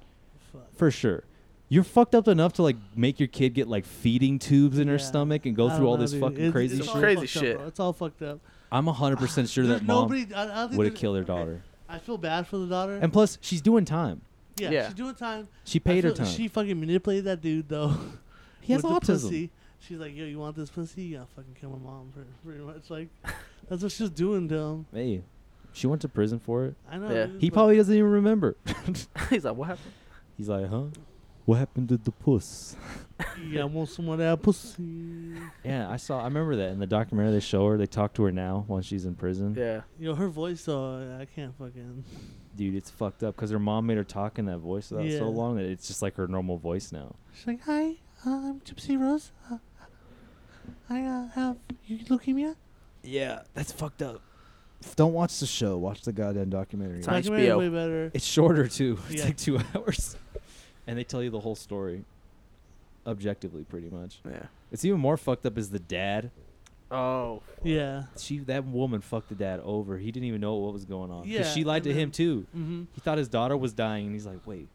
her. Fuck.
for sure. You're fucked up enough to like make your kid get like feeding tubes in her
Yeah.
stomach and
I
go
don't
through all
know,
this
dude.
fucking
It's-
crazy
it's all
shit.
Crazy
fucked up,
shit.
bro. It's all fucked up.
I'm 100% sure
There's
that mom
nobody. I, I don't think
would have
there's-
killed her
okay.
daughter.
I feel bad for the daughter.
And plus, she's doing time.
yeah,
Yeah.
she's doing time.
She
I
paid her
feel-
time.
She fucking manipulated that dude though.
he has
with the
autism.
pussy. She's like, yo, you want this pussy? You gotta fucking kill my mom. Pretty, pretty much like, that's what she was doing to him.
Hey, She went to prison for it.
I know.
Yeah.
dude,
He
but-
probably doesn't even remember.
He's like, what happened?
He's like, huh? What happened to the puss?
Yeah, I want some of that pussy.
Yeah, I saw. I remember that in the documentary. They show her. They talk to her now while she's in prison.
Yeah.
Yo, her voice though, I can't fucking.
Dude, it's fucked up because her mom made her talk in that voice for that
Yeah.
so long that it's just like her normal voice now.
She's like, "Hi, uh, I'm Gypsy Rose. Uh, I uh, have leukemia."
Yeah, that's fucked up. Don't watch the show. Watch the goddamn documentary.
It's on
Documentary
HBO.
way better.
It's shorter too. It's
Yeah.
like two hours, and they tell you the whole story, objectively, pretty much.
Yeah.
It's even more fucked up is the dad.
Oh.
Yeah.
She that woman fucked the dad over. He didn't even know what was going on. 'Cause
Yeah,
she lied to
and
him
then-
too.
Mm-hmm.
He thought his daughter was dying, and he's like, "Wait,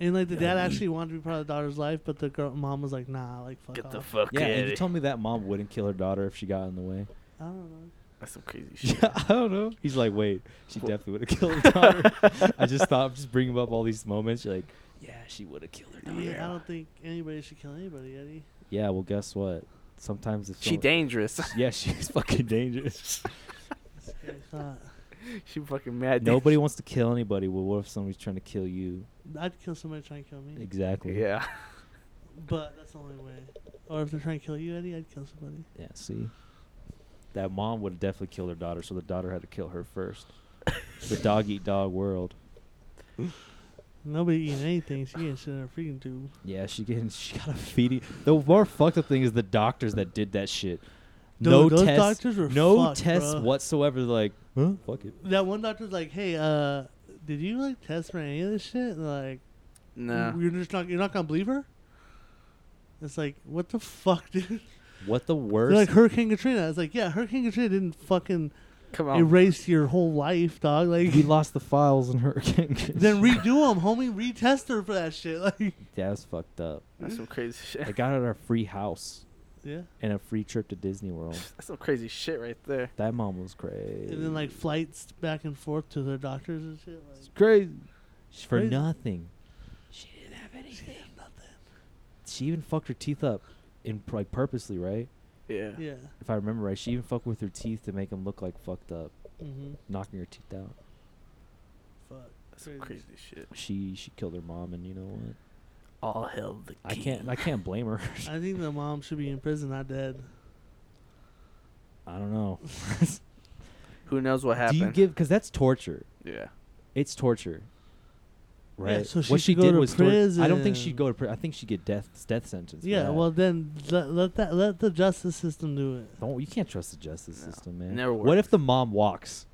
And like the dad actually wanted to be part of the daughter's life, but the girl mom was like, "Nah, like fuck
Get the
off."
fuck
yeah."
out
And you told me that mom wouldn't kill her daughter if she got in the way.
I don't know.
That's some crazy shit.
Yeah, I don't know. He's like, "Wait, she
Well-
definitely would have killed her daughter." I just thought, I'm just bringing up all these moments. You're like, "Yeah, she would have killed her daughter."
Yeah, I don't think anybody should kill anybody, Eddie.
Yeah, well, guess what? Sometimes it's
She
only-
dangerous.
Yeah, she's fucking dangerous.
That's what I thought.
she fucking mad.
Nobody wants to kill anybody. Well, what if somebody's trying to kill you?
I'd kill somebody trying to kill me,
Exactly.
Yeah.
but that's the only way. Or if they're trying to kill you, Eddie, I'd kill somebody.
Yeah. See, that mom would have definitely killed her daughter, so the daughter had to kill her first. the dog eat dog world.
Nobody eating anything. She ain't shit in her freaking tube.
Yeah, she getting she got a feeding. The more fucked up thing is the doctors that did that shit.
Dude,
no
those
tests.
doctors were
No
fucked,
tests
bruh.
whatsoever. They're like, huh? Fuck it.
That one doctor's like, "Hey, uh, did you like test for any of this shit?" And they're like,
Nah.
you're just not you're not gonna believe her. It's like, what the fuck, dude?
What the
They're
worst?
like Hurricane Katrina. It's like, yeah, Hurricane Katrina didn't fucking
Come on.
erase your whole life, dog. Like,
we lost the files in Hurricane.
then redo them, homie. Retest her for that shit. Like,
that was fucked up.
That's some crazy shit.
I got her a free house
yeah.
and a free trip to Disney World.
That's some crazy shit right there.
That mom was crazy.
And then like flights back and forth to their doctors and shit. Like,
crazy. For
Crazy.
nothing. She didn't have anything. She even fucked her teeth up, in pr- like purposely, right?
Yeah.
yeah.
If I remember right, she even fucked with her teeth to make them look like fucked up,
Mm-hmm.
knocking her teeth out.
Fuck.
That's some crazy
Crazy.
shit.
She she killed her mom, and you know what?
All hell the king.
I can't I can't blame her.
I think the mom should be in prison, not dead.
I don't know.
Who knows what
Do
happened?
you give? Because that's torture.
yeah.
It's torture. Right.
so she
what she
should go
did
to
was tor- I don't think
prison.
she'd go to prison. I think she'd get death death sentence. for
Yeah.
that.
Well, then let, let that let the justice system do it.
Don't, you can't trust the justice
No.
system, man.
Never
What if the mom walks?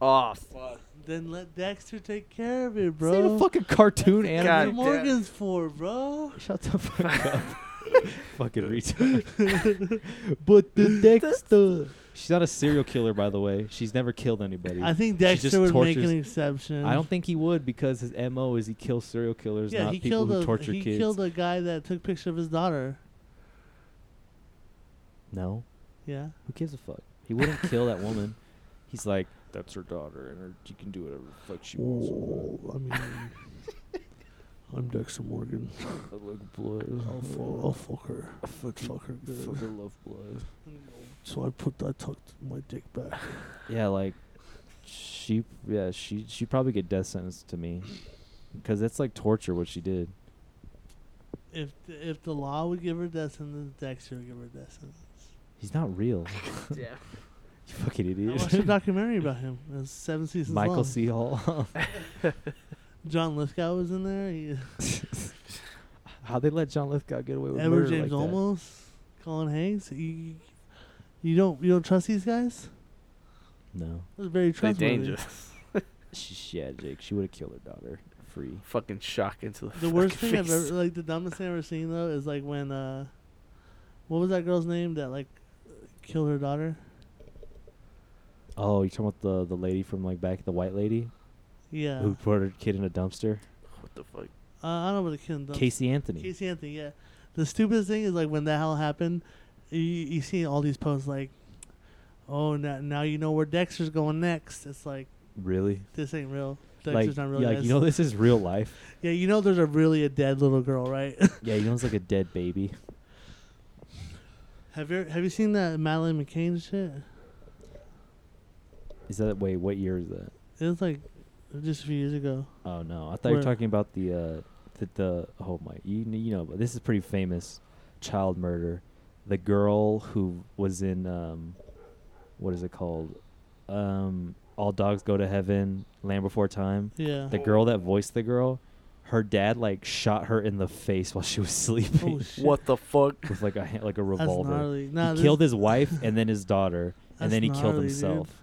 Oh fuck.
Then let Dexter take care of it,
This ain't
bro.
a fucking cartoon
That's a
anime.
God
Andrew
damn.
Morgan's for, bro.
Shut the fuck up. fucking retard. but the Dexter. She's not a serial killer, by the way. She's never killed anybody.
I think
She just
Dexter would make
tortures-
an exception.
I don't think he would because his MO is he kills serial killers,
Yeah,
not
he
people
killed
who
a
torture
he
kids.
killed a guy that took picture of his daughter.
no.
Yeah.
Who gives a fuck? He wouldn't kill that woman. He's like, that's her daughter, and her, she can do whatever the fuck she wants.
I mean, I'm Dexter Morgan.
I like blood.
fuck her.
I fucking,
fuck her good.
fucking love blood.
So I put I tucked my dick back.
Yeah, like she, yeah, she, she probably get death sentence to me, because that's like torture what she did.
If the, if the law would give her death sentence, Dexter would give her death sentence.
He's not real.
Yeah.
you fucking
I watched a
idiot.
documentary about him. It was seven seasons
Michael
long.
C. Hall.
John Lithgow was in there. He,
How they let John Lithgow get away with
Edward
murder
James
like that?
Olmos, Colin Hanks. You, you don't you don't trust these guys?
No,
It was very
They
trustworthy.
dangerous.
she, she- yeah, Jake, she would have killed her daughter. Free.
Fucking shock into the.
The worst
fucking
thing I've
face.
ever like the dumbest thing I've ever seen though is like when uh, what was that girl's name that like killed her daughter?
Oh, you talking about the the lady from like back, the white lady
Yeah,
who put her kid in a dumpster?
What the fuck?
uh, I don't know what the kid. dumb-
Casey Anthony.
Casey Anthony. Yeah, the stupidest thing is like when that hell happened, you, you see all these posts like, oh now now you know where Dexter's going next. It's like
Really?
this ain't real.
Like,
Dexter's not really.
yeah, like, you know, this is real life.
yeah, you know there's a really a dead little girl, right?
yeah, you know, it's like a dead baby.
Have you have you seen that Madeline McCain shit?
Is that wait? What year is that?
It was like just a few years ago.
Oh no, I thought you were
Where-
talking about the uh, the, the oh my, you kn- you know, but this is pretty famous child murder. The girl who was in um, what is it called? Um, All dogs go to heaven, Land Before Time.
Yeah.
The girl that voiced the girl, her dad like shot her in the face while she was sleeping
oh shit.
What the fuck?
with like a ha- like a
That's
revolver.
gnarly. Nah,
he
this-
killed his wife and then his daughter,
that's
and then he killed
gnarly, dude.
himself.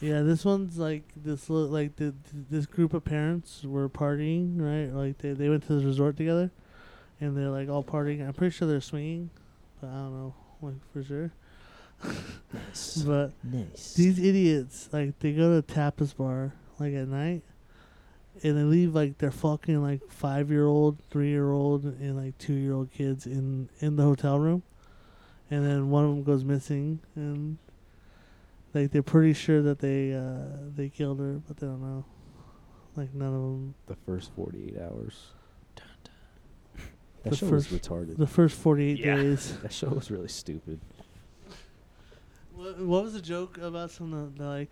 Yeah, this one's like this. Li- like the, this group of parents were partying, right? Like they, they went to this resort together, and they're like all partying. I'm pretty sure they're swinging, but I don't know, like for sure.
Nice.
But
Nice.
these idiots, like they go to a tapas bar like at night, and they leave like their fucking like five year old, three year old, and like two year old kids in in the hotel room, and then one of them goes missing, and like they're pretty sure that they uh they killed her, but they don't know. Like none of them.
The first forty eight hours.
that
the
show was
first-
retarded.
The first forty eight
Yeah.
days.
That show was really stupid.
What, what was the joke about some of the, the, like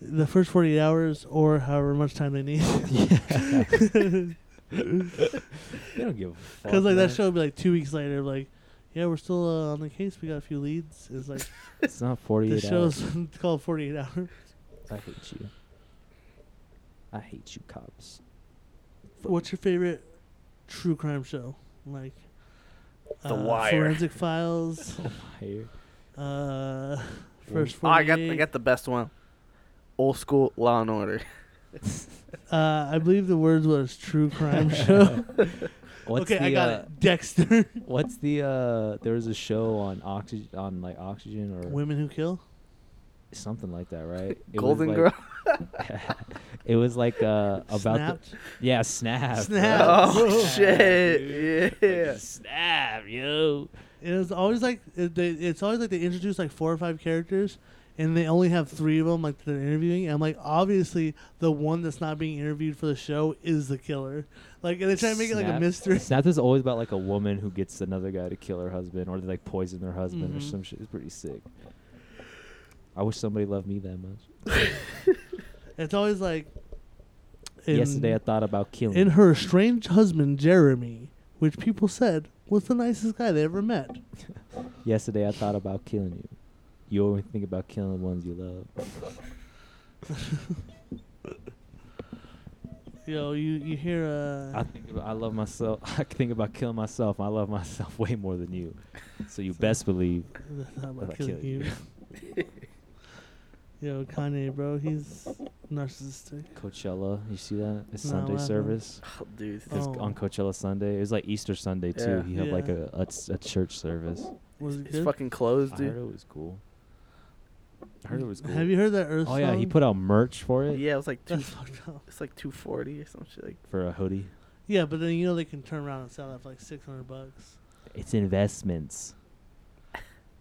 the first forty eight hours or however much time they need?
Yeah. they don't give a fuck.
Because like
man.
that show would be like two weeks later, like, yeah, we're still uh, on the case. We got a few leads. It's like
It's not 48
this show's
hours.
called Forty Eight Hours.
I hate you. I hate you, cops.
What's your favorite true crime show? Like uh,
The Wire.
Forensic
Oh,
Files,
Higher.
uh, First
Oh,
Forty
I
Eight.
got I got the best one. Old school Law and Order.
uh, I believe the words was true crime show.
What's
okay,
the,
I got
uh,
it. Dexter.
What's the uh? There was a show on oxygen, on like oxygen or
Women Who Kill.
something like that, right? It was
Golden
like-
Girl.
it was like uh about the
Snapped.
yeah snap.
Snap.
Oh
Yeah,
shit! Yeah.
Snap, yo.
It was always like it, they, it's always like they introduce like four or five characters, and they only have three of them like they're interviewing. And I'm like, obviously, the one that's not being interviewed for the show is the killer. Like, and they try to make it like a
Snap.
mystery.
Snapped is always about like a woman who gets another guy to kill her husband or they like poison her husband or
Mhm.
some shit. It's pretty sick. I wish somebody loved me that much.
It's always like in,
Yesterday I thought about killing.
in her estranged husband Jeremy, which people said was the nicest guy they ever met.
you. Yesterday I thought about killing you. You only think about killing the ones you love.
You know, you you hear
I
uh,
think about, I love myself. I think about killing myself. I love myself way more than you. So you best believe
I'm
that I
about
kill
killing you.
you.
Yo, Kanye, bro, he's narcissistic.
Coachella, you see that? It's
No,
Sunday
I haven't.
service.
Oh, dude.
It's
Oh.
on Coachella Sunday. It was like Easter Sunday too.
Yeah.
He had like
Yeah.
a, a s- a church service.
Was it
It's
good?
fucking closed,
I heard
dude.
it was cool. I heard it was cool.
Have you heard that Earth
oh yeah, he
song?
put out merch for it
Yeah, it was like two.
That's fucked up.
It's like two forty or some shit. Like,
for a hoodie.
Yeah, but then you know they can turn around and sell that for like six hundred bucks.
It's investments.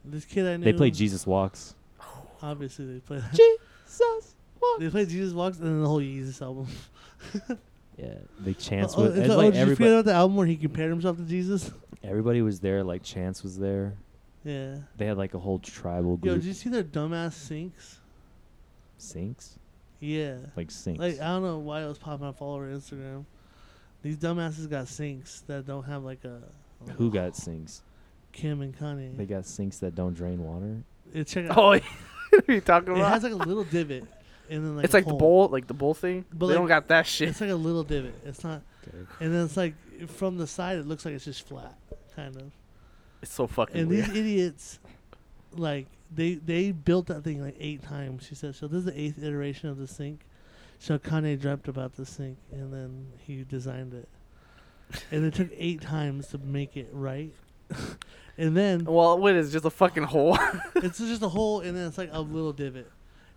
This kid I knew.
They play Jesus Walks.
Obviously, they play.
Jesus.
they play Jesus Walks and then the whole Yeezus album.
Yeah, they chance
oh,
with.
it's
it's
like, oh,
like
did you forget
everybody,
about the album where he compared himself to Jesus?
everybody was there. Like Chance was there.
Yeah.
They had like a whole tribal
Yo,
group.
did you see their dumbass sinks?
sinks,
Yeah.
like sinks.
Like I don't know why it was popping up all over Instagram. These dumbasses got sinks that don't have like a.
Who got sinks?
Kim and Kanye?
They got sinks that don't drain water.
it, check it out.
oh, what are you talking
it has
about?
like a little divot, and then like
it's
a
like the
hole.
bowl, like the bowl thing.
But
they
like-
don't got that shit.
It's like a little divot. It's not.
Okay.
And then it's like from the side, it looks like it's just flat, kind of.
It's so fucking
And
weird.
these idiots, like they they built that thing like eight times. She said, "So this is the eighth iteration of the sink." So Kanye dreamt about the sink, and then he designed it. And it took eight times to make it right. and then
Well, what is it, just a fucking hole?
it's just a hole, and then it's like a little divot,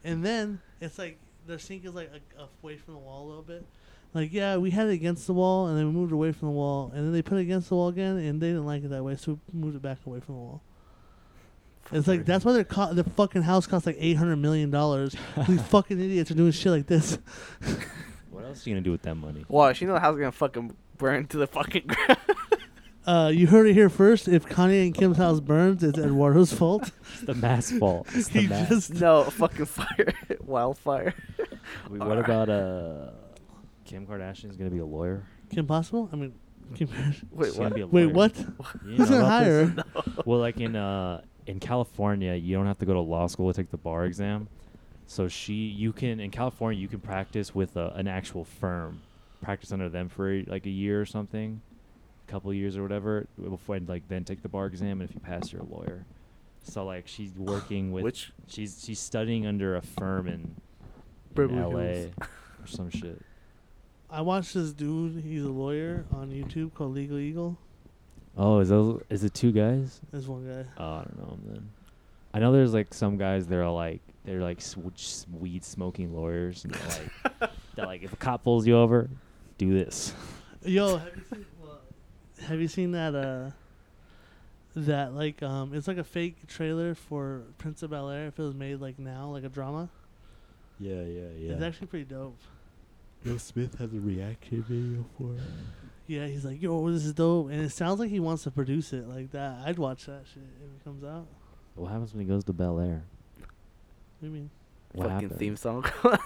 and then it's like their sink is like a, a- away from the wall a little bit. Like yeah, we had it against the wall, and then we moved away from the wall, and then they put it against the wall again, and they didn't like it that way, so we moved it back away from the wall. It's like that's why their co- the fucking house costs like eight hundred million dollars. These fucking idiots are doing shit like this.
What else are you gonna do with that money?
Well, she know the house gonna fucking burn to the fucking ground.
Uh, Uh, you heard it here first. If Kanye and Kim's house burns, it's Eduardo's fault.
It's the mass fault. It's the
He
mass.
just
No, fucking fire. Wildfire.
Wait, what about uh, Kim Kardashian's gonna be a lawyer?
Kim Possible. I mean, Kim.
Wait,
She's gonna
what?
be a
Wait,
lawyer.
what?
You
Who's
know
gonna
about
hire
this?
her?
Well, like in uh, in California, you don't have to go to law school to take the bar exam. So she, you can in California, you can practice with a, an actual firm, practice under them for like a year or something, a couple years or whatever, before and like then take the bar exam. And if you pass, you're a lawyer. So like she's working with,
Which-
she's she's studying under a firm in, in
Beverly Hills.
L.A. or some shit.
I watched this dude. He's a lawyer on YouTube called Legal Eagle.
Oh, is those is it two guys?
There's one guy.
Oh, I don't know him then. I know there's like some guys that are like they're like sw- s- weed smoking lawyers. And they're like they're like if a cop pulls you over, do this.
Yo, have you seen, well, have you seen that? Uh, that like um, it's like a fake trailer for Prince of Bel Air if it was made like now, like a drama.
Yeah, yeah,
It's actually pretty dope.
Will Smith has a reaction video for it.
Yeah, he's like, yo, this is dope, and it sounds like he wants to produce it like that. I'd watch that shit if it comes out.
What happens when he goes to Bel Air?
What do you mean?
What
fucking
happens?
theme song.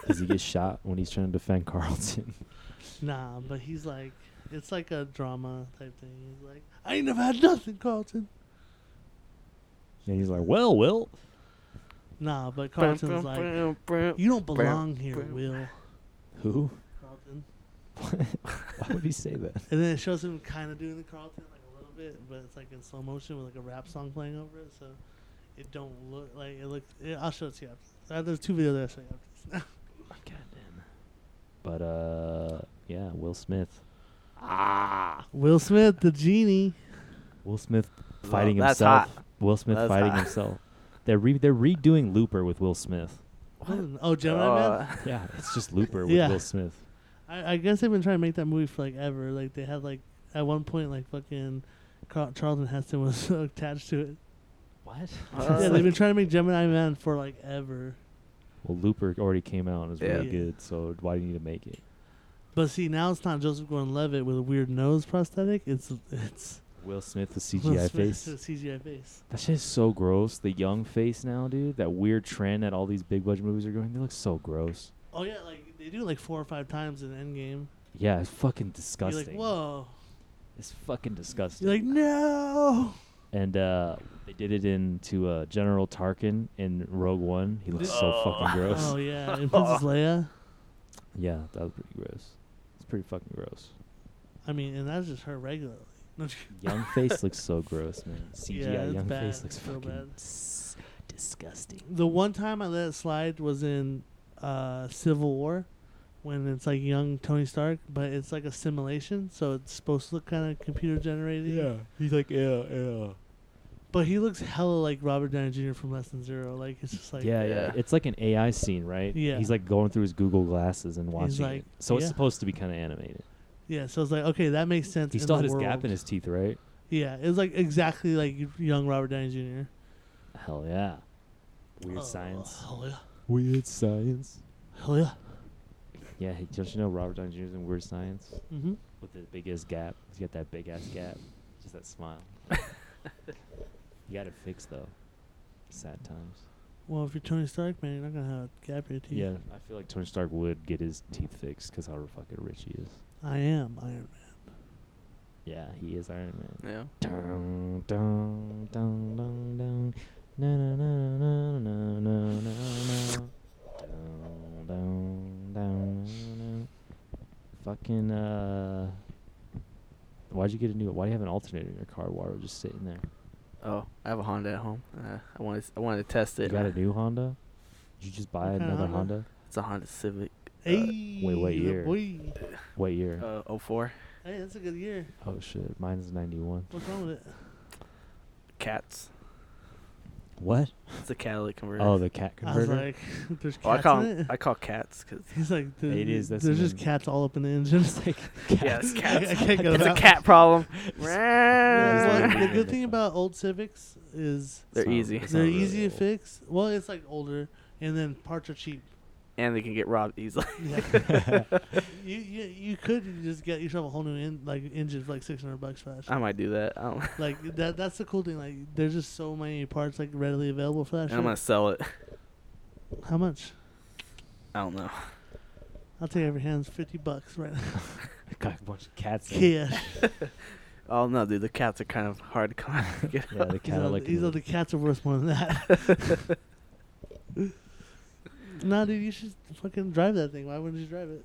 Does he get shot when he's trying to defend Carlton?
Nah, but he's like, it's like a drama type thing. He's like, I ain't never had nothing, Carlton.
and he's like, "Well, Will,
Nah, but Carlton's like, you don't belong here,
bam.
Will.
who?
Carlton.
Why would he say that?"
And then it shows him kind of doing the Carlton like a little bit, but it's like in slow motion with like a rap song playing over it, so it don't look like it looks. It, I'll show it to you. After. Uh, there's two videos that I show you. After. this.
But uh, yeah, Will Smith.
Ah.
Will Smith, the genie.
Will Smith fighting
that's
himself.
hot.
Will Smith
That's
fighting
hot.
himself. They're re- they're redoing Looper with Will Smith.
What? Oh, Gemini Man.
Uh,
Yeah, it's just Looper with
Yeah.
Will Smith.
I, I guess they've been trying to make that movie for like ever. Like they had like at one point like fucking Car- Charlton Heston was attached to it.
What?
Uh,
yeah, they've been trying to make Gemini Man for like ever.
Well, Looper already came out and is really
Yeah.
good, so why do you need to make it?
But see, now it's not Joseph Gordon-Levitt with a weird nose prosthetic. It's it's
Will Smith with
Will
CGI
Smith's
face.
CGI face.
That shit is so gross. The young face now, dude. That weird trend that all these big budget movies are going. They look so gross.
Oh yeah, like they do it like four or five times in Endgame.
Yeah, it's fucking
You're
disgusting.
like, whoa.
It's fucking disgusting.
You're like, no.
and uh, they did it into uh, General Tarkin in Rogue One. He looks so fucking gross.
Oh yeah, and Princess Leia.
Yeah, that was pretty gross. It's pretty fucking gross.
I mean, and that's just her regularly. No,
Young face looks so gross, man. CGI
Yeah, it's
young face
bad.
looks
So
fucking
bad.
s- disgusting.
the one time I let it slide was in uh, Civil War, when it's like young Tony Stark, but it's like a simulation, so it's supposed to look kind of computer generated.
Yeah, he's like, yeah, yeah.
But he looks hella like Robert Downey Jr. from Less Than Zero. Like it's just like
yeah, yeah,
Yeah.
It's like an AI scene, right?
Yeah.
He's like going through his Google glasses and watching
like,
it. So it's
yeah.
supposed to be kind of animated.
yeah. So it's like okay, that makes sense.
he
in
still
the
had his
world.
gap in his teeth, right?
Yeah, it was like exactly like young Robert Downey Jr.
Hell yeah. Weird
Oh,
science.
Hell yeah.
Weird science.
Hell yeah.
Yeah, hey, don't you know Robert Downey Jr. is in Weird Science
Mm-hmm.
with the biggest gap? He's got that big ass gap, just that smile. you got it fixed though. Sad times.
Well, if you're Tony Stark, man, you're not gonna have a gap in your teeth.
Yeah, I feel like Tony Stark would get his teeth fixed because how fucking rich he is.
I am Iron Man.
Uh, Yeah, he is Iron Man.
yeah.
Dun, dun, dun, dun, dun. Na, na, na, na, na, na, na, na. Dun, dun, dun, na, na. Fucking uh Why'd you get a new why do you have an alternator in your car, Water just sitting there?
Oh, I have a Honda at home. Uh, I wanted I wanted to test
You
it.
got a new Honda? Did you just buy
What kinda
another
Honda?
Honda?
It's a Honda Civic.
Hey,
wait, what
the
year?
Boy.
What year?
Uh, 04.
Hey, that's a good year.
oh shit, mine's ninety one.
What's wrong with it?
Cats.
What?
It's a catalytic converter.
Oh the cat
I was
converter?
like, there's cats
Well, Oh, I call
in
'em-
it.
I call cats because
He's like, there-
It is, that's
There's
an
just
engine.
cats all up in the engine. It's like,
yeah, it's
I, I
cats.
can't get
it's
it
a
out.
cat problem.
Yeah,
Yeah,
it's like, the
yeah,
good
yeah.
thing about old Civics is
They're
It's not-
easy.
it's not
they're
really
easy
old.
to fix. Well, it's like older, and then parts are cheap.
and they can get robbed easily.
Yeah. you, you you could just get yourself a whole new in, like engine for like six hundred bucks fast.
I might do that. I don't, and
Like that that's the cool thing. Like there's just so many parts like readily available for that. Shit.
I'm gonna sell it.
How much?
I don't know.
I'll take every hand's fifty bucks right now.
Got a bunch of cats. in it.
Yeah,
Oh no, dude, the cats are kind of hard to come.
Yeah, the
these, are,
Cadillac.
these are the cats are worth more than that. nah, dude, you should fucking drive that thing. Why wouldn't you drive it?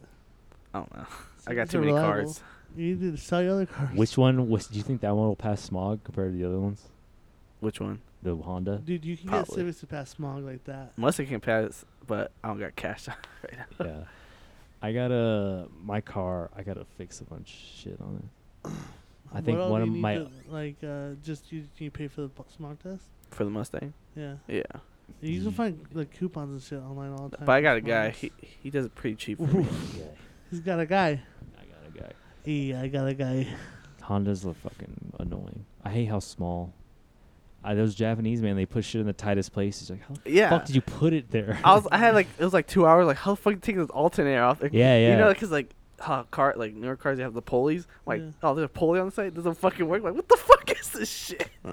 I don't know. I
It's
got too many
reliable.
cards.
You need to sell your other cars.
Which one was? Do you think that one will pass smog compared to the other ones?
Which one?
The Honda.
Dude, you can
Probably.
get Civics to pass smog like that.
Unless I can pass, but I don't got cash.
yeah. I gotta my car. I gotta fix a bunch of shit on it. I think
What all
one
do
of
you need
my
to, like uh, just you, you pay for the bu- smog test.
for the Mustang.
Yeah,
Yeah,
you can find like coupons and shit online all the time.
but I
for
got a
smog
guy.
tests.
He he does it pretty cheap for me.
He's got a guy.
I got a guy.
Yeah, I got a guy.
Hondas look fucking annoying. I hate how small. I, those Japanese man, they put shit in the tightest places. Like, how the
Yeah.
fuck did you put it there?
I was I had like it was like two hours. Like how the fuck you take this alternator off? Like,
Yeah,
You
yeah.
know, because like. Huh, car like newer cars, they have the pulleys. Like,
Yeah.
oh, there's a pulley on the side. Doesn't fucking work. Like, what the fuck is this shit?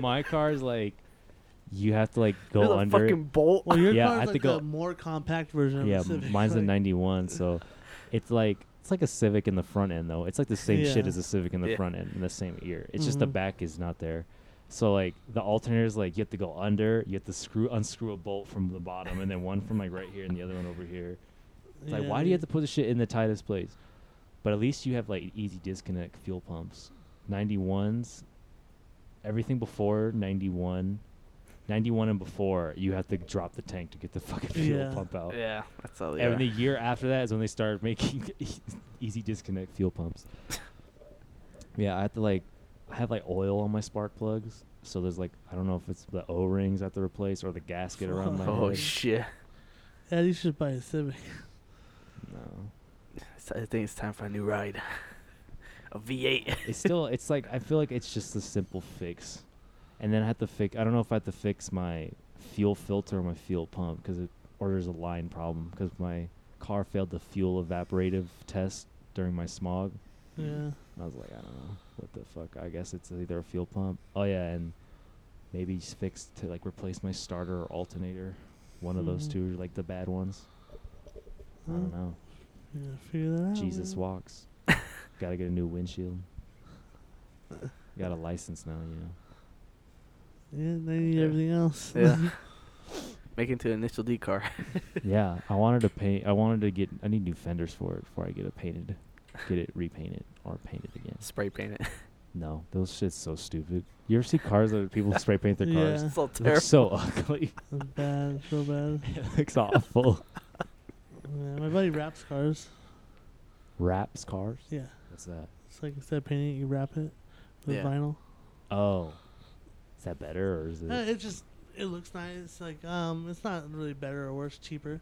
my car's like, you have to like
there's
go
a
under.
fucking
It.
bolt.
Well, your
Yeah, I
car's like
think
a
I'll-
more compact version. Of
Yeah,
the Civic,
mine's a
like-
'91, so it's like it's like a Civic in the front end though. It's like the same shit
Yeah.
as a Civic in the
Yeah.
front end and the same ear. It's just the
Mhm.
back is not there. So like the alternator is like you have to go under. You have to screw unscrew a bolt from the bottom and then one from like right here and the other one over here. It's like,
Yeah,
why do you have
dude.
to put the shit in the tightest place? But at least you have like easy disconnect fuel pumps. 91s, everything before 91, 91 and before, you have to drop the tank to get the fucking fuel
Yeah.
pump out.
Yeah, that's all.
And the
Yeah.
year after that is when they started making e-, easy disconnect fuel pumps. yeah, I have to like, I have like oil on my spark plugs. So there's like, I don't know if it's the O rings I have to replace or the gasket around my
Oh
head.
shit!
Yeah, you should buy a Civic.
No.
It's- I think it's time for a new ride. A V8.
it's still it's like I feel like it's just a simple fix, and then I have to fix. I don't know if I have to fix my fuel filter or my fuel pump because it or there's a line problem because my car failed the fuel evaporative test during my smog.
Yeah.
And I was like, I don't know what the fuck. I guess it's either a fuel pump. Oh yeah, and maybe s- fix to like replace my starter or alternator. One of those
Mhm.
two, like the bad ones. I
Well,
don't know.
Yeah, figure that out.
Jesus
man.
walks. Gotta get a new windshield. Got a license now, you know.
Yeah, they need
Yeah.
everything else.
Yeah. Make it to an initial D car.
yeah, I wanted to paint. I wanted to get. I need new fenders for it before I get it painted, get it repainted or painted again.
Spray paint it.
No, those shit's so stupid. You ever see cars that people spray paint their cars?
Yeah.
It's all
It looks
terrible.
so ugly.
That's bad, so bad.
it looks awful.
Yeah, my buddy wraps cars.
Wraps cars.
Yeah.
What's that?
It's like instead of painting it, you wrap it with
Yeah.
vinyl.
Oh, is that better or is it?
Uh, it just it looks nice. Like um, it's not really better or worse, cheaper.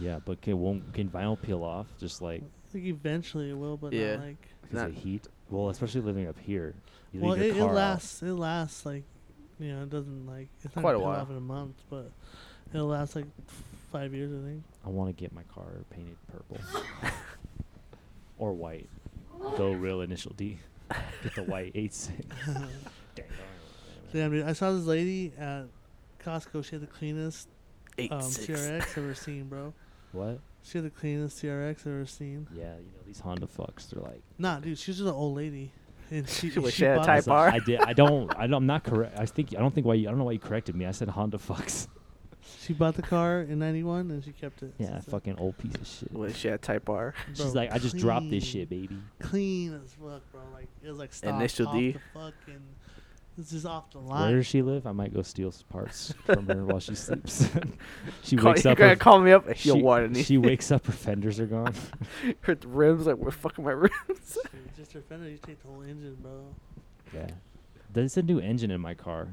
yeah, but can won't can vinyl peel off just like
I think eventually it will, but
Yeah.
not like.
because of
Not-
heat? Well, especially living up here. You leave
well,
your
it, it
car out.
lasts. It lasts like, you know, it doesn't like it's not
Quite
gonna
a
peel
while.
off in a month, but it'll last like five years, I think.
I want to get my car painted purple or white. Go real initial D. Get the white eight six.
Damn, dude, I saw this lady at Costco. She had the cleanest
Eight
um,
six.
CRX I've ever seen, bro.
What?
She had the cleanest CRX I've ever seen.
Yeah, you know these Honda fucks. They're like.
Nah, dude, she's just an old lady, and she
She
she,
was- she had a
bought
Type
this-
Listen,
R?
I did. I don't. I don't. I'm not correct. I think. I don't think why. You, I don't know why you corrected me. I said Honda fucks.
She bought the car in '91, and she kept it.
Yeah,
So-
fucking old piece of shit.
What she had Type R.
bro,
She's like, I just dropped this
clean.
shit, baby.
clean as fuck, bro. Like it was like stock
Initial
off
D.
The fucking, this is off the
Where
line.
does she live? I might go steal some parts from her while she sleeps. she
Call,
wakes
you're
up.
gonna
Her,
call me up. She,
she,
Yo, water needs
she wakes up. Her fenders are gone.
her rims. Like, we're fucking my rim.
Dude, just her fender. You take the whole engine, bro.
Yeah. There's a new engine in my car.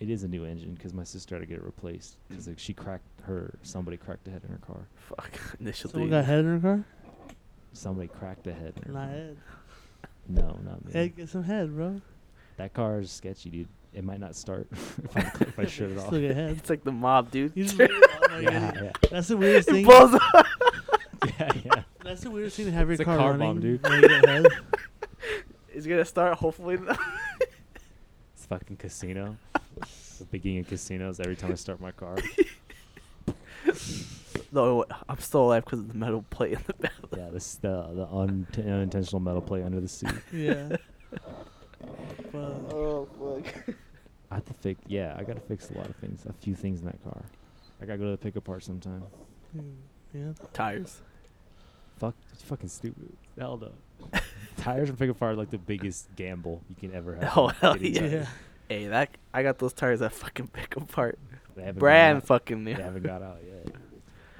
It is a new engine because my sister had to get it replaced because like, she cracked her. Somebody cracked a head in her car.
Fuck. Initial
Someone
D.
got head in her car.
Somebody cracked a head. In her
Not
car.
head.
No, not me.
Head, get some head, bro.
That car is sketchy, dude. it might not start if I, if I shut it off.
Still get head.
It's like the mob, dude.
You just- oh my
Yeah,
God.
yeah,
That's the weirdest thing.
Balls up.
yeah, yeah.
That's the weirdest thing to have your
It's a
car,
car
running.
bomb, dude.
when you get head.
It's gonna start hopefully.
It's fucking casino. the beginning of casinos. Every time I start my car,
no, I'm still alive because of the metal plate in the back.
yeah, this the the un- unintentional metal play under the seat.
Yeah. Fuck.
Oh fuck.
I have to fix. Yeah, I gotta fix a lot of things. A few things in that car. I gotta go to the pickup part sometime.
Hmm, Yeah.
Tires.
Fuck, it's fucking stupid. Hell no. Tires and pickup part are like the biggest gamble you can ever have.
Oh,
on
hell
getting
Yeah.
tires.
Yeah.
Hey, that I got those tires that fucking pick apart.
They haven't gone
Brand
out-
fucking
They
new.
haven't got out yet.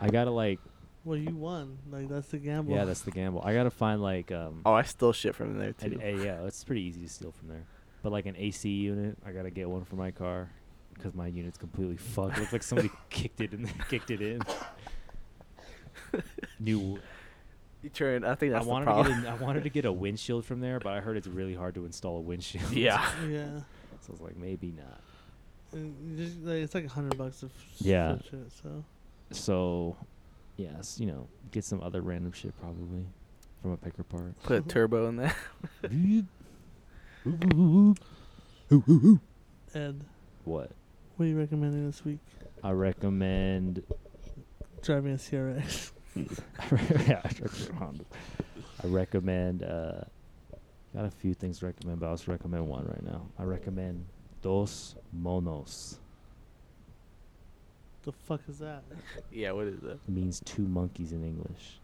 I gotta like.
Well, you won. Like that's the gamble.
Yeah, that's the gamble. I gotta find like um.
Oh, I stole shit from there too.
An, a, yeah, it's pretty easy to steal from there. But like an AC unit, I gotta get one for my car because my unit's completely fucked. Looks like somebody kicked it and kicked it in. New.
You turn. I think
I
that's the
wanted to
problem.
get a, I wanted to get a windshield from there, but I heard it's really hard to install a windshield.
yeah.
Yeah.
so I was like, maybe not.
And you just, like, it's like a hundred bucks of s-
Yeah.
such shit. So
So, yes, you know, get some other random shit probably from a picker part.
Put a turbo in there.
Ed,
What
what are you recommending this week?
I recommend
Driving a CRX.
yeah, I recommend Honda. I recommend. Uh, got a few things to recommend, but I'll just recommend one right now. I recommend Dos Monos.
The fuck is that?
Yeah. What is that?
It means two monkeys in English.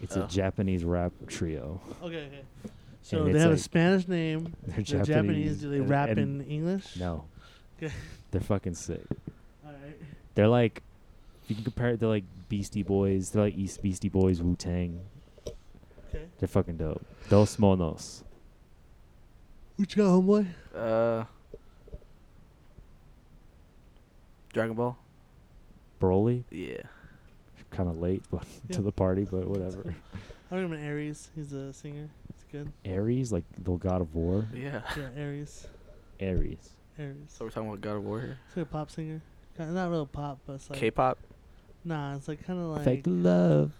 It's
Oh.
a Japanese rap trio.
Okay. okay. So
And
they
it's
have a
like-
Spanish name.
They're
They're
Japanese.
Japanese. Do they
and-
rap
and-
in English?
No.
Okay.
They're fucking sick.
All right.
They're like, if you can compare it, they're like Beastie Boys. They're like East Beastie Boys, Wu Tang.
Okay.
They're fucking dope. Dos Monos.
What you got, homeboy?
Uh. Dragon Ball.
Broly,
Yeah.
kind of late but
Yeah.
to the party, but whatever.
I recommend Aries. He's a singer. It's good.
Aries, like the god of war.
Yeah.
Yeah, Aries.
Aries.
Aries.
So we're talking about God of War here.
It's like a pop singer. Kinda, not real pop, but it's like
K-pop.
nah. It's like kind of like
Fake love.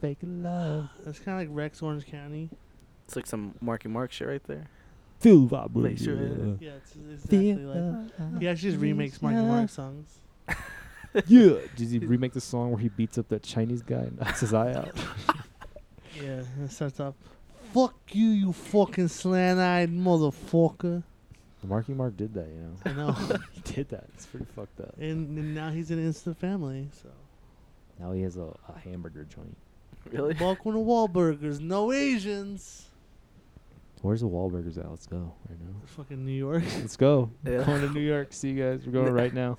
Fake love.
it's kind of like Rex Orange County.
It's like some Marky Mark shit right there.
Feel that
Make sure it-
Yeah, it's exactly like he actually just remakes Marky Mark songs.
Yeah. Did he remake the song where he beats up that Chinese guy and knocks his eye out?
Yeah, and it starts off, "Fuck you, you fucking slant-eyed motherfucker."
Marky Mark did that, you know.
I know.
he did that. It's pretty fucked up.
and, and now he's in Instant Family. So
Now he has a, a hamburger joint.
Really?
welcome to Wahlburgers. No Asians.
Where's the Wahlburgers at? Let's go right now.
Fucking New York.
Let's go.
Yeah.
Going to New York. See you guys. We're going right now.